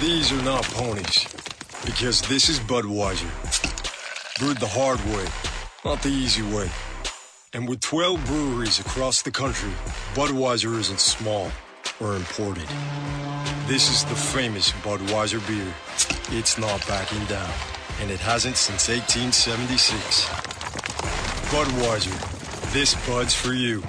[SPEAKER 25] These are not ponies, because this is Budweiser. Brewed the hard way, not the easy way. And with 12 breweries across the country, Budweiser isn't small or imported. This is the famous Budweiser beer. It's not backing down, and it hasn't since 1876. Budweiser, this Bud's for you.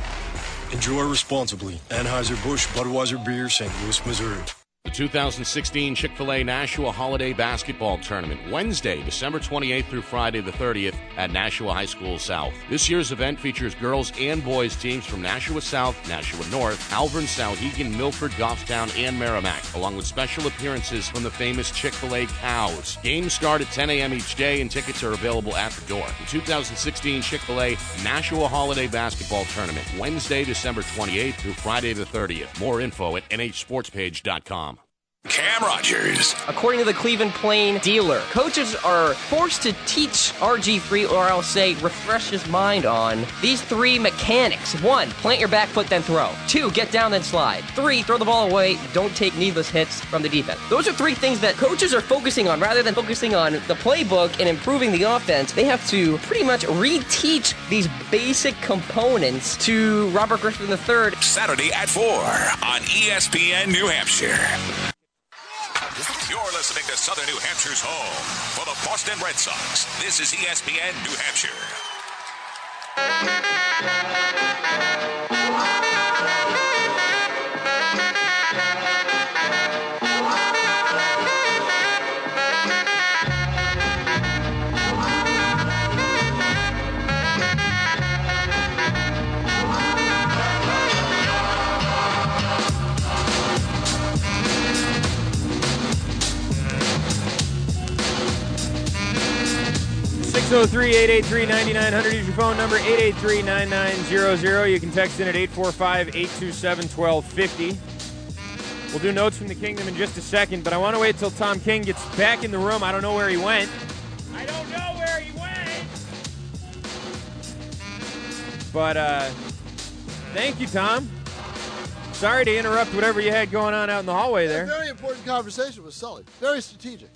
[SPEAKER 25] Enjoy responsibly. Anheuser-Busch Budweiser Beer, St. Louis, Missouri.
[SPEAKER 7] The 2016 Chick fil A Nashua Holiday Basketball Tournament, Wednesday, December 28th through Friday the 30th at Nashua High School South. This year's event features girls and boys teams from Nashua South, Nashua North, Alvern, Souhegan, Milford, Goffstown, and Merrimack, along with special appearances from the famous Chick fil A Cows. Games start at 10 a.m. each day, and tickets are available at the door. The 2016 Chick fil A Nashua Holiday Basketball Tournament, Wednesday, December 28th through Friday the 30th. More info at nhsportspage.com.
[SPEAKER 1] Cam Rogers.
[SPEAKER 26] According to the Cleveland Plain Dealer, coaches are forced to teach RG3, or I'll say refresh his mind on these three mechanics. One, plant your back foot, then throw. Two, get down, then slide. Three, throw the ball away, don't take needless hits from the defense. Those are three things that coaches are focusing on rather than focusing on the playbook and improving the offense. They have to pretty much reteach these basic components to Robert Griffin III.
[SPEAKER 1] Saturday at 4 on E ESPN New Hampshire. You're listening to Southern New Hampshire's home for the Boston Red Sox. This is E ESPN New Hampshire.
[SPEAKER 3] Six zero three eight eight three ninety nine hundred is your phone number, 883-9900. You can text in at 845-827-1250. We'll do notes from the kingdom in just a second, but I want to wait till Tom King gets back in the room. I don't know where he went. I don't know where he went. But uh, thank you, Tom. Sorry to interrupt whatever you had going on out in the hallway there.
[SPEAKER 4] Very important conversation with Sully. Very strategic.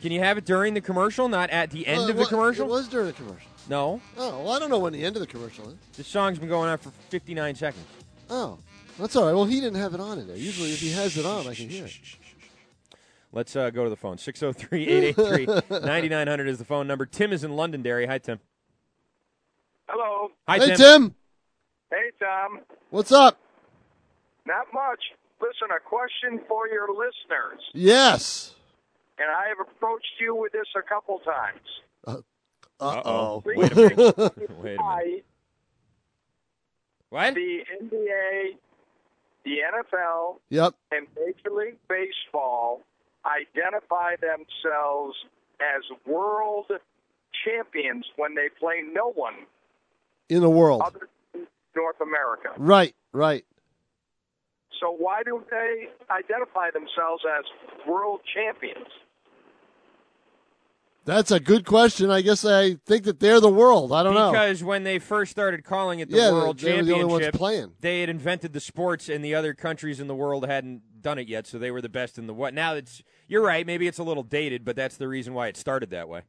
[SPEAKER 3] Can you have it during the commercial, not at the end
[SPEAKER 4] Well, it
[SPEAKER 3] of the
[SPEAKER 4] wa-
[SPEAKER 3] commercial?
[SPEAKER 4] It was during the commercial.
[SPEAKER 3] No.
[SPEAKER 4] Oh, well, I don't know when the end of the commercial is.
[SPEAKER 3] This song's been going on for 59 seconds.
[SPEAKER 4] Oh, that's all right. Well, he didn't have it on in there. Usually, if he has it on, I can hear it.
[SPEAKER 3] Let's uh, go to the phone. 603-883-9900 is the phone number. Tim is in Londonderry. Hi, Tim.
[SPEAKER 27] Hello.
[SPEAKER 3] Hi,
[SPEAKER 4] hey, Tim.
[SPEAKER 27] Hey, Tom.
[SPEAKER 4] What's up?
[SPEAKER 27] Not much. Listen, a question for your listeners.
[SPEAKER 4] Yes.
[SPEAKER 27] And I have approached you with this a couple times.
[SPEAKER 4] Uh [laughs] oh.
[SPEAKER 27] Wait a minute.
[SPEAKER 3] Wait
[SPEAKER 27] I,
[SPEAKER 3] what?
[SPEAKER 27] The NBA, the NFL,
[SPEAKER 4] Yep.
[SPEAKER 27] and Major League Baseball identify themselves as world champions when they play no one
[SPEAKER 4] In the world.
[SPEAKER 27] other than North America.
[SPEAKER 4] Right. Right.
[SPEAKER 27] So why do they identify themselves as world champions?
[SPEAKER 4] That's a good question. I guess I think that they're the world. I don't know.
[SPEAKER 3] because when they first started calling it the
[SPEAKER 4] Yeah,
[SPEAKER 3] World
[SPEAKER 4] they- they were the
[SPEAKER 3] Championship,
[SPEAKER 4] only ones playing.
[SPEAKER 3] they had invented the sports, and the other countries in the world hadn't done it yet, so they were the best in the what. Now it's you're right. Maybe it's a little dated, but that's the reason why it started that way.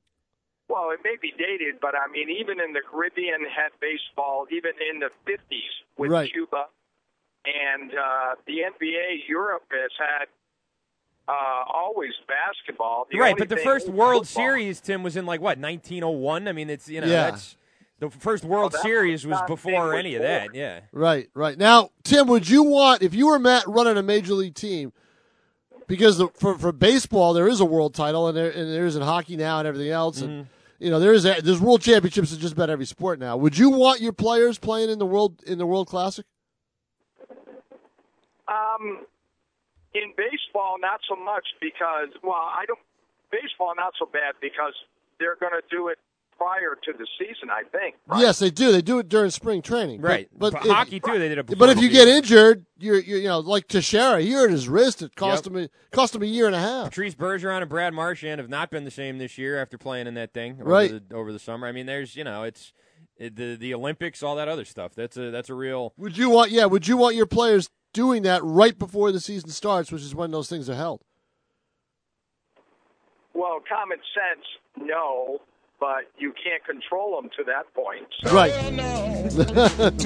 [SPEAKER 27] Well, it may be dated, but I mean, even in the Caribbean had baseball, even in the 50s with
[SPEAKER 4] Right.
[SPEAKER 27] Cuba. And uh, the NBA Europe has had uh, always basketball. The
[SPEAKER 3] right,
[SPEAKER 27] only
[SPEAKER 3] but the
[SPEAKER 27] thing
[SPEAKER 3] first
[SPEAKER 27] is
[SPEAKER 3] World
[SPEAKER 27] football.
[SPEAKER 3] Series, Tim, was in like what 1901. I mean, it's you know
[SPEAKER 4] Yeah.
[SPEAKER 3] that's the first World
[SPEAKER 27] Oh, that
[SPEAKER 3] Series
[SPEAKER 27] was
[SPEAKER 3] was
[SPEAKER 27] not
[SPEAKER 3] before
[SPEAKER 27] being
[SPEAKER 3] any of
[SPEAKER 27] born.
[SPEAKER 3] that. Yeah.
[SPEAKER 4] Right. Right. Now, Tim, would you want if you were Matt running a major league team? Because the, for for baseball, there is a world title, and there and there is in hockey now, and everything else, and
[SPEAKER 3] Mm-hmm.
[SPEAKER 4] you know there is a, there's world championships in just about every sport now. Would you want your players playing in the world in the World Classic?
[SPEAKER 27] Um, in baseball, not so much because well, I don't baseball not so bad because they're going to do it prior to the season, I think.
[SPEAKER 4] Yes, they do. They do it during spring training. But-
[SPEAKER 3] Right.
[SPEAKER 4] But,
[SPEAKER 3] But
[SPEAKER 4] if-
[SPEAKER 3] hockey, too, they did it
[SPEAKER 4] But
[SPEAKER 3] before
[SPEAKER 4] if
[SPEAKER 3] the
[SPEAKER 4] you
[SPEAKER 3] season.
[SPEAKER 4] get injured, you're, you're you know like Teixeira, he hurt his wrist. It cost
[SPEAKER 3] Yep.
[SPEAKER 4] him a, cost him a year and a half.
[SPEAKER 3] Patrice Bergeron and Brad Marchand have not been the same this year after playing in that thing over
[SPEAKER 4] Right.
[SPEAKER 3] the, over the summer. I mean, there's you know it's it, the the Olympics, all that other stuff. That's a that's a real
[SPEAKER 4] Would you want yeah? Would you want your players doing that right before the season starts, which is when those things are held?
[SPEAKER 27] Well, common sense, no, but you can't control them to that point.
[SPEAKER 4] Right.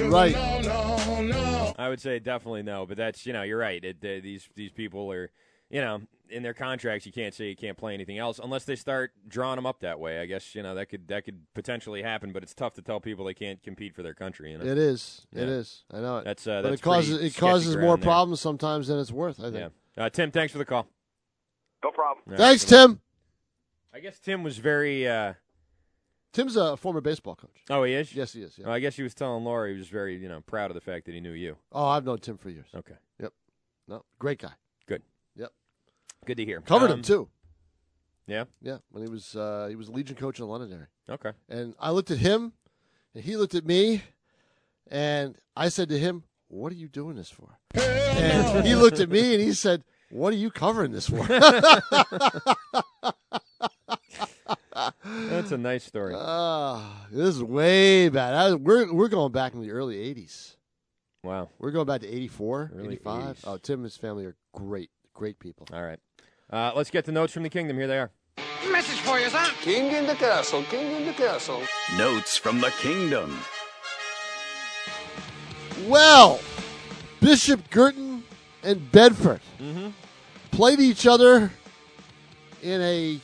[SPEAKER 4] [laughs] right.
[SPEAKER 3] I would say definitely no, but that's you know you're right. It, uh, these these people are you know in their contracts you can't say you can't play anything else unless they start drawing them up that way. I guess you know that could that could potentially happen, but it's tough to tell people they can't compete for their country. You know
[SPEAKER 4] It is. It
[SPEAKER 3] Yeah.
[SPEAKER 4] is. I know it.
[SPEAKER 3] That's uh,
[SPEAKER 4] but
[SPEAKER 3] that's
[SPEAKER 4] it causes
[SPEAKER 3] pretty
[SPEAKER 4] it
[SPEAKER 3] sketchy
[SPEAKER 4] causes more
[SPEAKER 3] ground there.
[SPEAKER 4] problems sometimes than it's worth. I think.
[SPEAKER 3] Yeah, uh, Tim, thanks for the call.
[SPEAKER 27] No problem.
[SPEAKER 4] Thanks, Tim.
[SPEAKER 3] I guess Tim was very. Uh,
[SPEAKER 4] Tim's a former baseball coach.
[SPEAKER 3] oh, he is.
[SPEAKER 4] Yes, he is. Yeah.
[SPEAKER 3] Well, I guess he was telling Laura he was very you know proud of the fact that he knew you.
[SPEAKER 4] Oh, I've known Tim for years.
[SPEAKER 3] Okay,
[SPEAKER 4] Yep. No, great guy.
[SPEAKER 3] good.
[SPEAKER 4] Yep.
[SPEAKER 3] Good to hear.
[SPEAKER 4] Covered
[SPEAKER 3] Um,
[SPEAKER 4] him too.
[SPEAKER 3] Yeah.
[SPEAKER 4] Yeah, when he was uh, he was Legion coach in Londonderry.
[SPEAKER 3] Okay.
[SPEAKER 4] And I looked at him, and he looked at me, and I said to him, "What are you doing this for?" and he looked at me and he said, "What are you covering this for?"
[SPEAKER 3] That's a nice story.
[SPEAKER 4] [laughs] Ah, this is way back. I- we're we're going back in the early '80s.
[SPEAKER 3] Wow.
[SPEAKER 4] We're going back to '84,
[SPEAKER 3] Early
[SPEAKER 4] '85. Oh, Tim and his family are great, great people.
[SPEAKER 3] All right. Uh, let's get the notes from the kingdom. Here they are.
[SPEAKER 13] Message for you, son. King in the castle, king in the castle.
[SPEAKER 15] Notes from the Kingdom.
[SPEAKER 4] Well, Bishop Girton and Bedford
[SPEAKER 15] Mhm.
[SPEAKER 4] played each other in a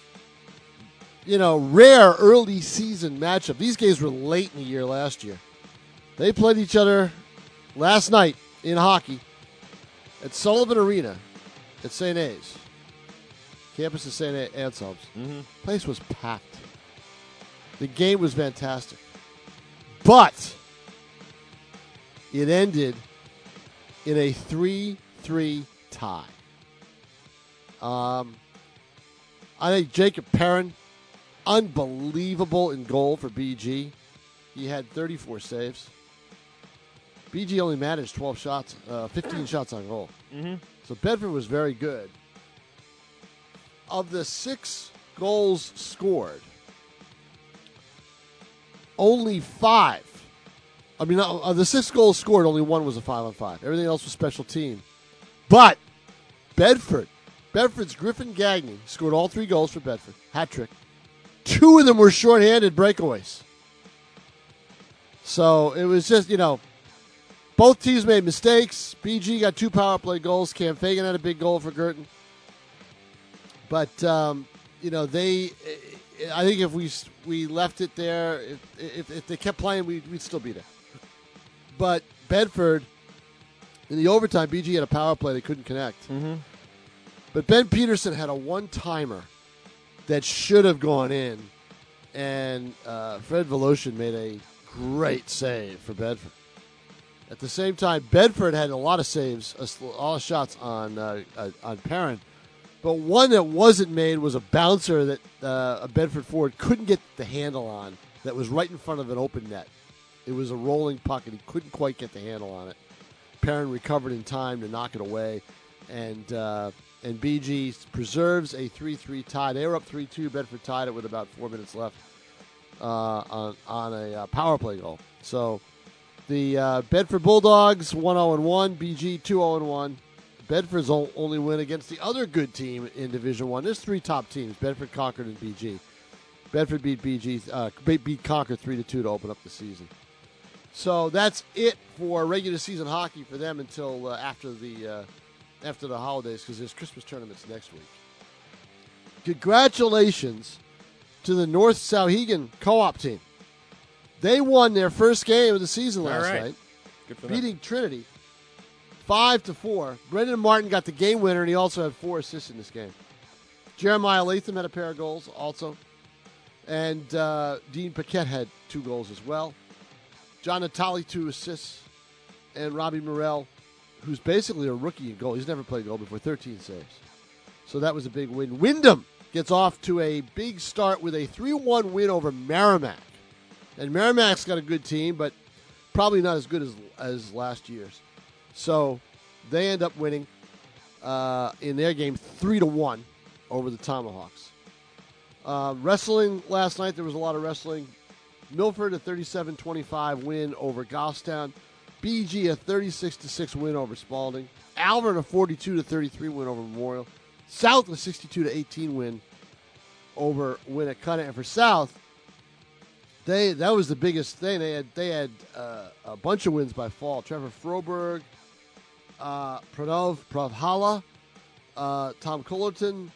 [SPEAKER 4] you know rare early season matchup. These games were late in the year last year. They played each other last night in hockey at Sullivan Arena at St. A's. Campus of St. A- Anselm's.
[SPEAKER 3] Mm-hmm.
[SPEAKER 4] Place was packed. The game was fantastic. But it ended in a 3 3 tie. Um, I think Jacob Perrin, unbelievable in goal for BG. He had 34 saves. BG only managed 12 shots, uh, 15 shots on goal.
[SPEAKER 3] Mm-hmm.
[SPEAKER 4] So Bedford was very good. Of the six goals scored, only five I mean, uh, of the six goals scored, only one was a five on five. Everything else was special team. But Bedford, Bedford's Griffin Gagne scored all three goals for Bedford. Hat trick. Two of them were shorthanded breakaways. So it was just, you know, both teams made mistakes. BG got two power play goals. Cam Fagan had a big goal for Girton. But, um, you know, they, eh, I think if we we left it there, if, if, if they kept playing, we'd, we'd still be there. But Bedford, in the overtime, BG had a power play they couldn't connect. Mm-hmm. But Ben Peterson had a one timer that should have gone in, and uh, Fred Voloshin made a great save for Bedford. At the same time, Bedford had a lot of saves, a lot of shots on uh, uh, on Perrin, but one that wasn't made was a bouncer that uh, a Bedford forward couldn't get the handle on. That was right in front of an open net. It was a rolling puck, and he couldn't quite get the handle on it. Perrin recovered in time to knock it away, and uh, and BG preserves a three-three tie. They were up three-two. Bedford tied it with about four minutes left uh, on on a uh, power play goal. So the uh, Bedford Bulldogs one zero and one, BG two zero and one. Bedford's o- only win against the other good team in Division One. There's three top teams: Bedford, Concord, and BG. Bedford beat BG, uh, beat Concord three to two to open up the season. So that's it for regular season hockey for them until uh, after the uh, after the holidays because there's Christmas tournaments next week. Congratulations to the North Sauhegan co-op team. They won their first game of the season
[SPEAKER 3] All
[SPEAKER 4] last
[SPEAKER 3] right.
[SPEAKER 4] night,
[SPEAKER 3] Good for them.
[SPEAKER 4] beating Trinity five to four. Brendan Martin got the game winner, and he also had four assists in this game. Jeremiah Latham had a pair of goals also, and uh, Dean Paquette had two goals as well. John Natali two assists, and Robbie Morel, who's basically a rookie in goal. He's never played goal before. Thirteen saves, so that was a big win. Wyndham gets off to a big start with a three-one win over Merrimack, and Merrimack's got a good team, but probably not as good as as last year's. So they end up winning uh, in their game three to one over the Tomahawks. Uh, wrestling last night, there was a lot of wrestling. Milford a 37-25 win over Goffstown. BG a 36-6 win over Spalding. Alvern a 42-33 win over Memorial. South a 62-18 win over Winnicott. And for South, they that was the biggest thing. They had they had uh, a bunch of wins by fall. Trevor Froberg, uh, Pranav Pravhala, uh, Tom Cullerton,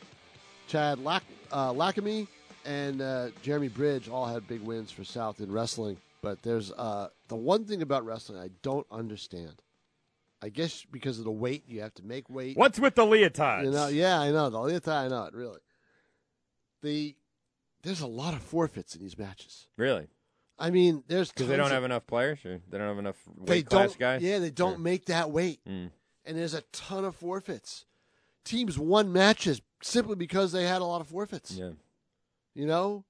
[SPEAKER 4] Chad Lack, uh, Lackamy, and uh, Jeremy Bridge all had big wins for South in wrestling. But there's uh, the one thing about wrestling I don't understand. I guess because of the weight, you have to make weight.
[SPEAKER 3] What's with the leotards?
[SPEAKER 4] You know, yeah, I know. The only time I know it really. The there's a lot of forfeits in these matches.
[SPEAKER 3] Really?
[SPEAKER 4] I mean, there's
[SPEAKER 3] Because they
[SPEAKER 4] tons
[SPEAKER 3] don't
[SPEAKER 4] of-
[SPEAKER 3] have enough players, or they don't have enough weight
[SPEAKER 4] they
[SPEAKER 3] class
[SPEAKER 4] don't,
[SPEAKER 3] guys.
[SPEAKER 4] Yeah, they don't make that weight,
[SPEAKER 3] Mm.
[SPEAKER 4] and there's a ton of forfeits. Teams won matches simply because they had a lot of forfeits.
[SPEAKER 3] Yeah,
[SPEAKER 4] You know,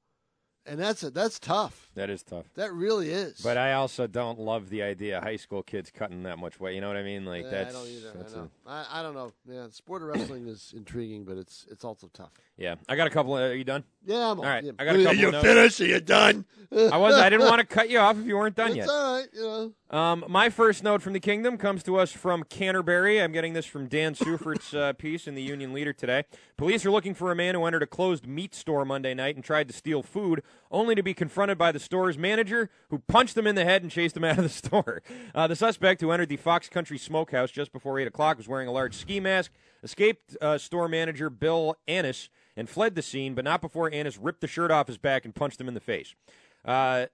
[SPEAKER 4] and that's a, that's tough.
[SPEAKER 3] that is tough.
[SPEAKER 4] That really is.
[SPEAKER 3] But I also don't love the idea of high school kids cutting that much weight. You know what I mean? Like
[SPEAKER 4] Yeah,
[SPEAKER 3] that's
[SPEAKER 4] Eh, I don't either.
[SPEAKER 3] that's
[SPEAKER 4] I,
[SPEAKER 3] a-
[SPEAKER 4] know. I I don't know. Yeah, the sport of wrestling is
[SPEAKER 3] [coughs]
[SPEAKER 4] intriguing, but it's it's also tough.
[SPEAKER 3] yeah. I got a couple. Of, are you done?
[SPEAKER 4] Yeah, I'm
[SPEAKER 3] all right.
[SPEAKER 4] yeah.
[SPEAKER 3] I got a couple.
[SPEAKER 4] Are you
[SPEAKER 3] of notes.
[SPEAKER 4] finished? Are you done?
[SPEAKER 3] I was. I didn't want to cut you off if you weren't done
[SPEAKER 4] it's
[SPEAKER 3] yet.
[SPEAKER 4] all right. You know.
[SPEAKER 3] Um, my first note from the kingdom comes to us from Canterbury. I'm getting this from Dan Sufort's uh, piece in the Union Leader today. Police are looking for a man who entered a closed meat store Monday night and tried to steal food, only to be confronted by the store's manager, who punched him in the head and chased him [laughs] out of the store. Uh, the suspect, who entered the Fox Country Smokehouse just before 8 o'clock, was wearing a large ski mask, escaped uh, store manager Bill Annis, and fled the scene, but not before Annis ripped the shirt off his back and punched him in the face. Uh,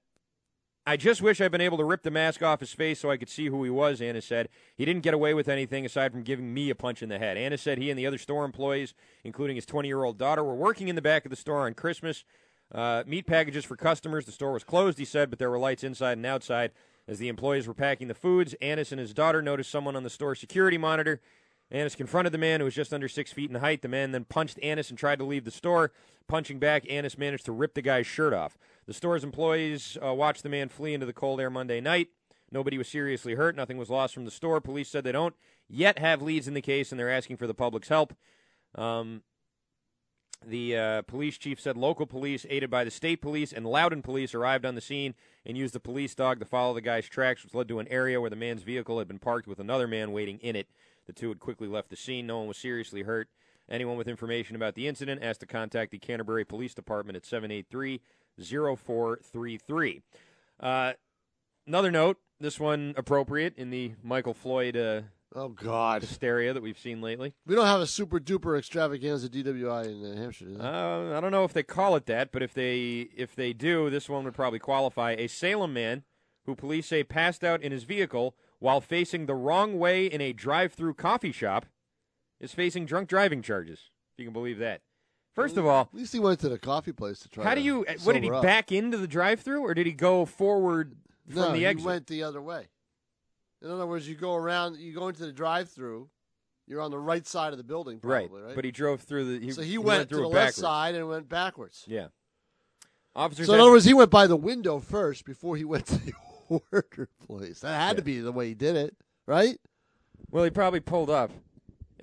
[SPEAKER 3] I just wish I'd been able to rip the mask off his face so I could see who he was, Anna said. He didn't get away with anything aside from giving me a punch in the head. Anna said he and the other store employees, including his 20 year old daughter, were working in the back of the store on Christmas. Uh, meat packages for customers. The store was closed, he said, but there were lights inside and outside. As the employees were packing the foods, Annis and his daughter noticed someone on the store security monitor. Annis confronted the man who was just under six feet in height. The man then punched Annis and tried to leave the store. Punching back, Annis managed to rip the guy's shirt off. The store's employees uh, watched the man flee into the cold air Monday night. Nobody was seriously hurt. Nothing was lost from the store. Police said they don't yet have leads in the case, and they're asking for the public's help. Um, The uh, police chief said local police, aided by the state police and Loudon police, arrived on the scene and used the police dog to follow the guy's tracks, which led to an area where the man's vehicle had been parked with another man waiting in it. The two had quickly left the scene. No one was seriously hurt. Anyone with information about the incident asked to contact the Canterbury Police Department at 783 0433. Uh, Another note, this one appropriate in the Michael Floyd uh,
[SPEAKER 4] oh god
[SPEAKER 3] hysteria that we've seen lately.
[SPEAKER 4] We don't have a super duper extravaganza DWI in New Hampshire. Do they?
[SPEAKER 3] Uh, I don't know if they call it that, but if they if they do, this one would probably qualify. A Salem man who police say passed out in his vehicle while facing the wrong way in a drive-through coffee shop is facing drunk driving charges. If you can believe that. First of all,
[SPEAKER 4] at least he went to the coffee place to try.
[SPEAKER 3] how do
[SPEAKER 4] to
[SPEAKER 3] you? What did he
[SPEAKER 4] sober up.
[SPEAKER 3] back into the drive-through, or did he go forward from
[SPEAKER 4] no,
[SPEAKER 3] the
[SPEAKER 4] he
[SPEAKER 3] exit?
[SPEAKER 4] went the other way. In other words, you go around, you go into the drive-through. You're on the right side of the building,
[SPEAKER 3] right,
[SPEAKER 4] probably, right?
[SPEAKER 3] but he drove through the. He,
[SPEAKER 4] so he went, to
[SPEAKER 3] through
[SPEAKER 4] the left
[SPEAKER 3] it backwards.
[SPEAKER 4] side and went backwards.
[SPEAKER 3] Yeah. Officers
[SPEAKER 4] So in
[SPEAKER 3] had-
[SPEAKER 4] other words, he went by the window first before he [laughs] went to the order place. That had to be the way he did it, right?
[SPEAKER 3] Well, he probably pulled up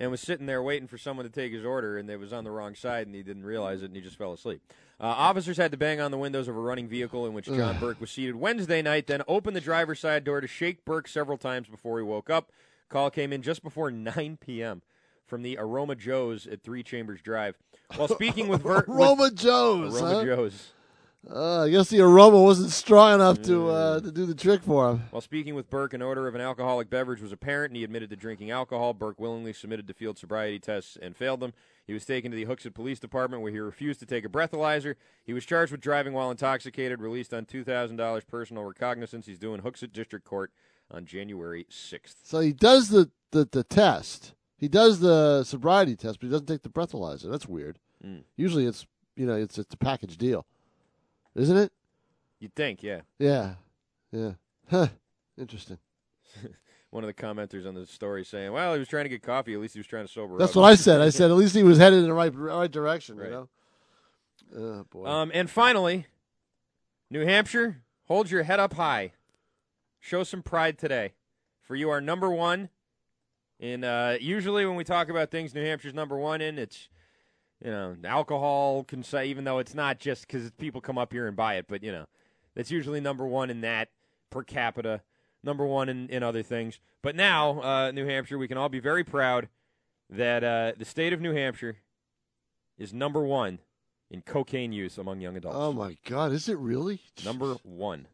[SPEAKER 3] and was sitting there waiting for someone to take his order, and they was on the wrong side, and he didn't realize it, and he just fell asleep. Uh, officers had to bang on the windows of a running vehicle in which John Burke was seated Wednesday night, then opened the driver's side door to shake Burke several times before he woke up. Call came in just before [laughs] 9 p.m. from the Aroma Joe's at Three Chambers Drive. While speaking with Ver-
[SPEAKER 4] Aroma
[SPEAKER 3] with-
[SPEAKER 4] Joe's,
[SPEAKER 3] Aroma
[SPEAKER 4] huh?
[SPEAKER 3] Joe's.
[SPEAKER 4] Uh, I guess the aroma wasn't strong enough to uh, to do the trick for him.
[SPEAKER 3] While speaking with Burke, an odor of an alcoholic beverage was apparent, and he admitted to drinking alcohol. Burke willingly submitted to field sobriety tests and failed them. He was taken to the Hooksett Police Department, where he refused to take a breathalyzer. He was charged with driving while intoxicated, released on $2,000 personal recognizance. He's doing Hooksett District Court on January 6th.
[SPEAKER 4] So he does the, the, the test. He does the sobriety test, but he doesn't take the breathalyzer. That's weird.
[SPEAKER 3] Mm.
[SPEAKER 4] Usually it's you know it's it's a package deal, isn't it?
[SPEAKER 3] You'd think, yeah.
[SPEAKER 4] Yeah, yeah. Huh. Interesting.
[SPEAKER 3] [laughs] One of the commenters on the story saying, well, he was trying to get coffee. At least he was trying to sober
[SPEAKER 4] That's
[SPEAKER 3] up.
[SPEAKER 4] what I said. I said at least he
[SPEAKER 3] [laughs]
[SPEAKER 4] was headed in the right right direction.
[SPEAKER 3] Right.
[SPEAKER 4] You know. Oh boy.
[SPEAKER 3] Um, and finally, New Hampshire, hold your head up high. Show some pride today, for you are number one. And uh, usually, when we talk about things New Hampshire's number one in, it's you know alcohol can say even though it's not just because people come up here and buy it, but you know that's usually number one in that per capita, number one in, in other things. But now, uh, New Hampshire, we can all be very proud that uh, the state of New Hampshire is number one in cocaine use among young adults.
[SPEAKER 4] oh my God! Is it really
[SPEAKER 3] Number one.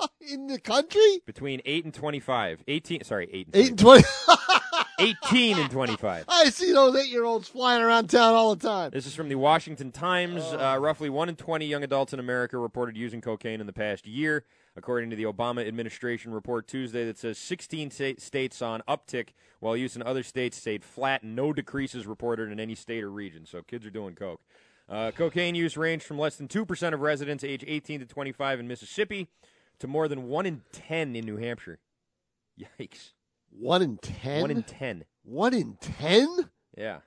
[SPEAKER 4] [laughs] in the country?
[SPEAKER 3] Between 8 and 25. 18, sorry, 8 and
[SPEAKER 4] Eight and twenty. [laughs]
[SPEAKER 3] 18 and 25.
[SPEAKER 4] I see those eight year olds flying around town all the time.
[SPEAKER 3] This is from the Washington Times. Uh, roughly 1 in 20 young adults in America reported using cocaine in the past year, according to the Obama administration report Tuesday that says 16 sta- states saw an uptick, while use in other states stayed flat. No decreases reported in any state or region. So kids are doing coke. Uh, cocaine use ranged from less than 2% of residents age 18 to 25 in Mississippi to more than 1 in 10 in New Hampshire. Yikes.
[SPEAKER 4] One in ten.
[SPEAKER 3] One in 10.
[SPEAKER 4] One in ten.
[SPEAKER 3] Yeah.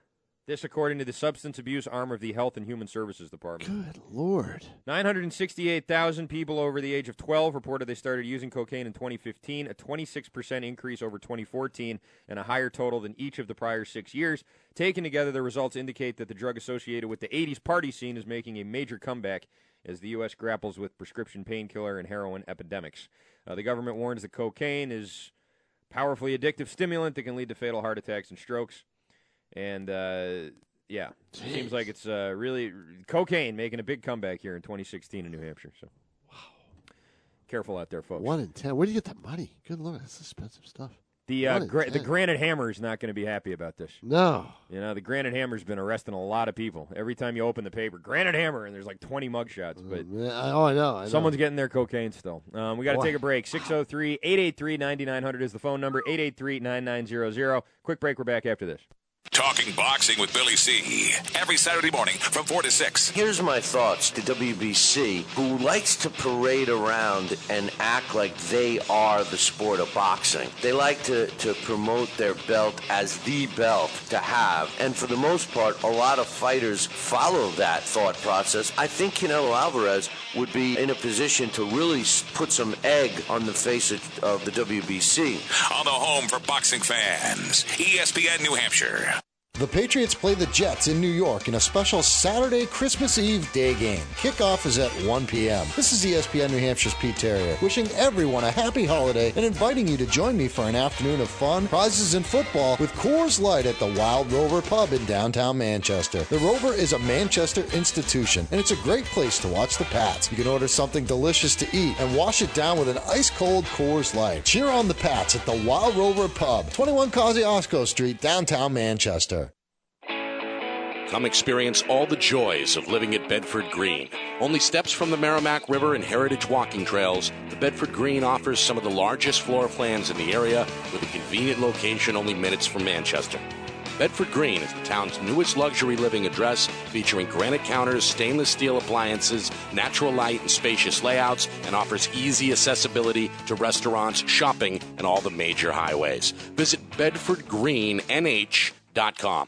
[SPEAKER 3] This, according to the substance abuse arm of the Health and Human Services Department.
[SPEAKER 4] Good lord.
[SPEAKER 3] 968,000 people over the age of 12 reported they started using cocaine in 2015, a 26% increase over 2014, and a higher total than each of the prior six years. Taken together, the results indicate that the drug associated with the 80s party scene is making a major comeback as the U.S. grapples with prescription painkiller and heroin epidemics. Uh, the government warns that cocaine is powerfully addictive stimulant that can lead to fatal heart attacks and strokes. And uh, yeah, it seems like it's uh, really cocaine making a big comeback here in 2016 in New Hampshire. So, wow, careful out there, folks.
[SPEAKER 4] One in ten. Where do you get that money? Good lord, that's expensive stuff.
[SPEAKER 3] The uh,
[SPEAKER 4] One in
[SPEAKER 3] gra- the
[SPEAKER 4] 10.
[SPEAKER 3] Granite Hammer is not going to be happy about this.
[SPEAKER 4] No.
[SPEAKER 3] You know, the Granite Hammer's been arresting a lot of people. Every time you open the paper, Granite Hammer, and there's like 20 mugshots. But
[SPEAKER 4] man, I- oh, I know, I know.
[SPEAKER 3] Someone's getting their cocaine still. Um, we got to
[SPEAKER 4] Boy.
[SPEAKER 3] take a break. 603 883 9900 is the phone number, 883 9900. Quick break. We're back after this.
[SPEAKER 1] Talking boxing with Billy C. Every Saturday morning from 4 to 6.
[SPEAKER 28] Here's my thoughts to WBC, who likes to parade around and act like they are the sport of boxing. They like to, to promote their belt as the belt to have. And for the most part, a lot of fighters follow that thought process. I think Canelo Alvarez would be in a position to really s- put some egg on the face of, of the WBC.
[SPEAKER 1] E On the home for boxing fans, ESPN New Hampshire.
[SPEAKER 12] The Patriots play the Jets in New York in a special Saturday Christmas Eve day game. Kickoff is at 1 p.m. This is E ESPN New Hampshire's Pete Terrier, wishing everyone a happy holiday and inviting you to join me for an afternoon of fun, prizes, and football with Coors Light at the Wild Rover Pub in downtown Manchester. The Rover is a Manchester institution, and it's a great place to watch the Pats. You can order something delicious to eat and wash it down with an ice cold Coors Light. Cheer on the Pats at the Wild Rover Pub, 21 Kosciuszko Street, downtown Manchester.
[SPEAKER 7] Come experience all the joys of living at Bedford Green. Only steps from the Merrimack River and heritage walking trails, the Bedford Green offers some of the largest floor plans in the area with a convenient location only minutes from Manchester. Bedford Green is the town's newest luxury living address featuring granite counters, stainless steel appliances, natural light, and spacious layouts, and offers easy accessibility to restaurants, shopping, and all the major highways. Visit bedfordgreennh.com.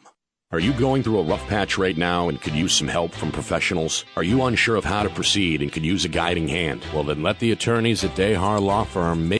[SPEAKER 7] Are you going through a rough patch right now and could use some help from professionals? Are you unsure of how to proceed and could use a guiding hand? Well, then let the attorneys at Dehar Law Firm make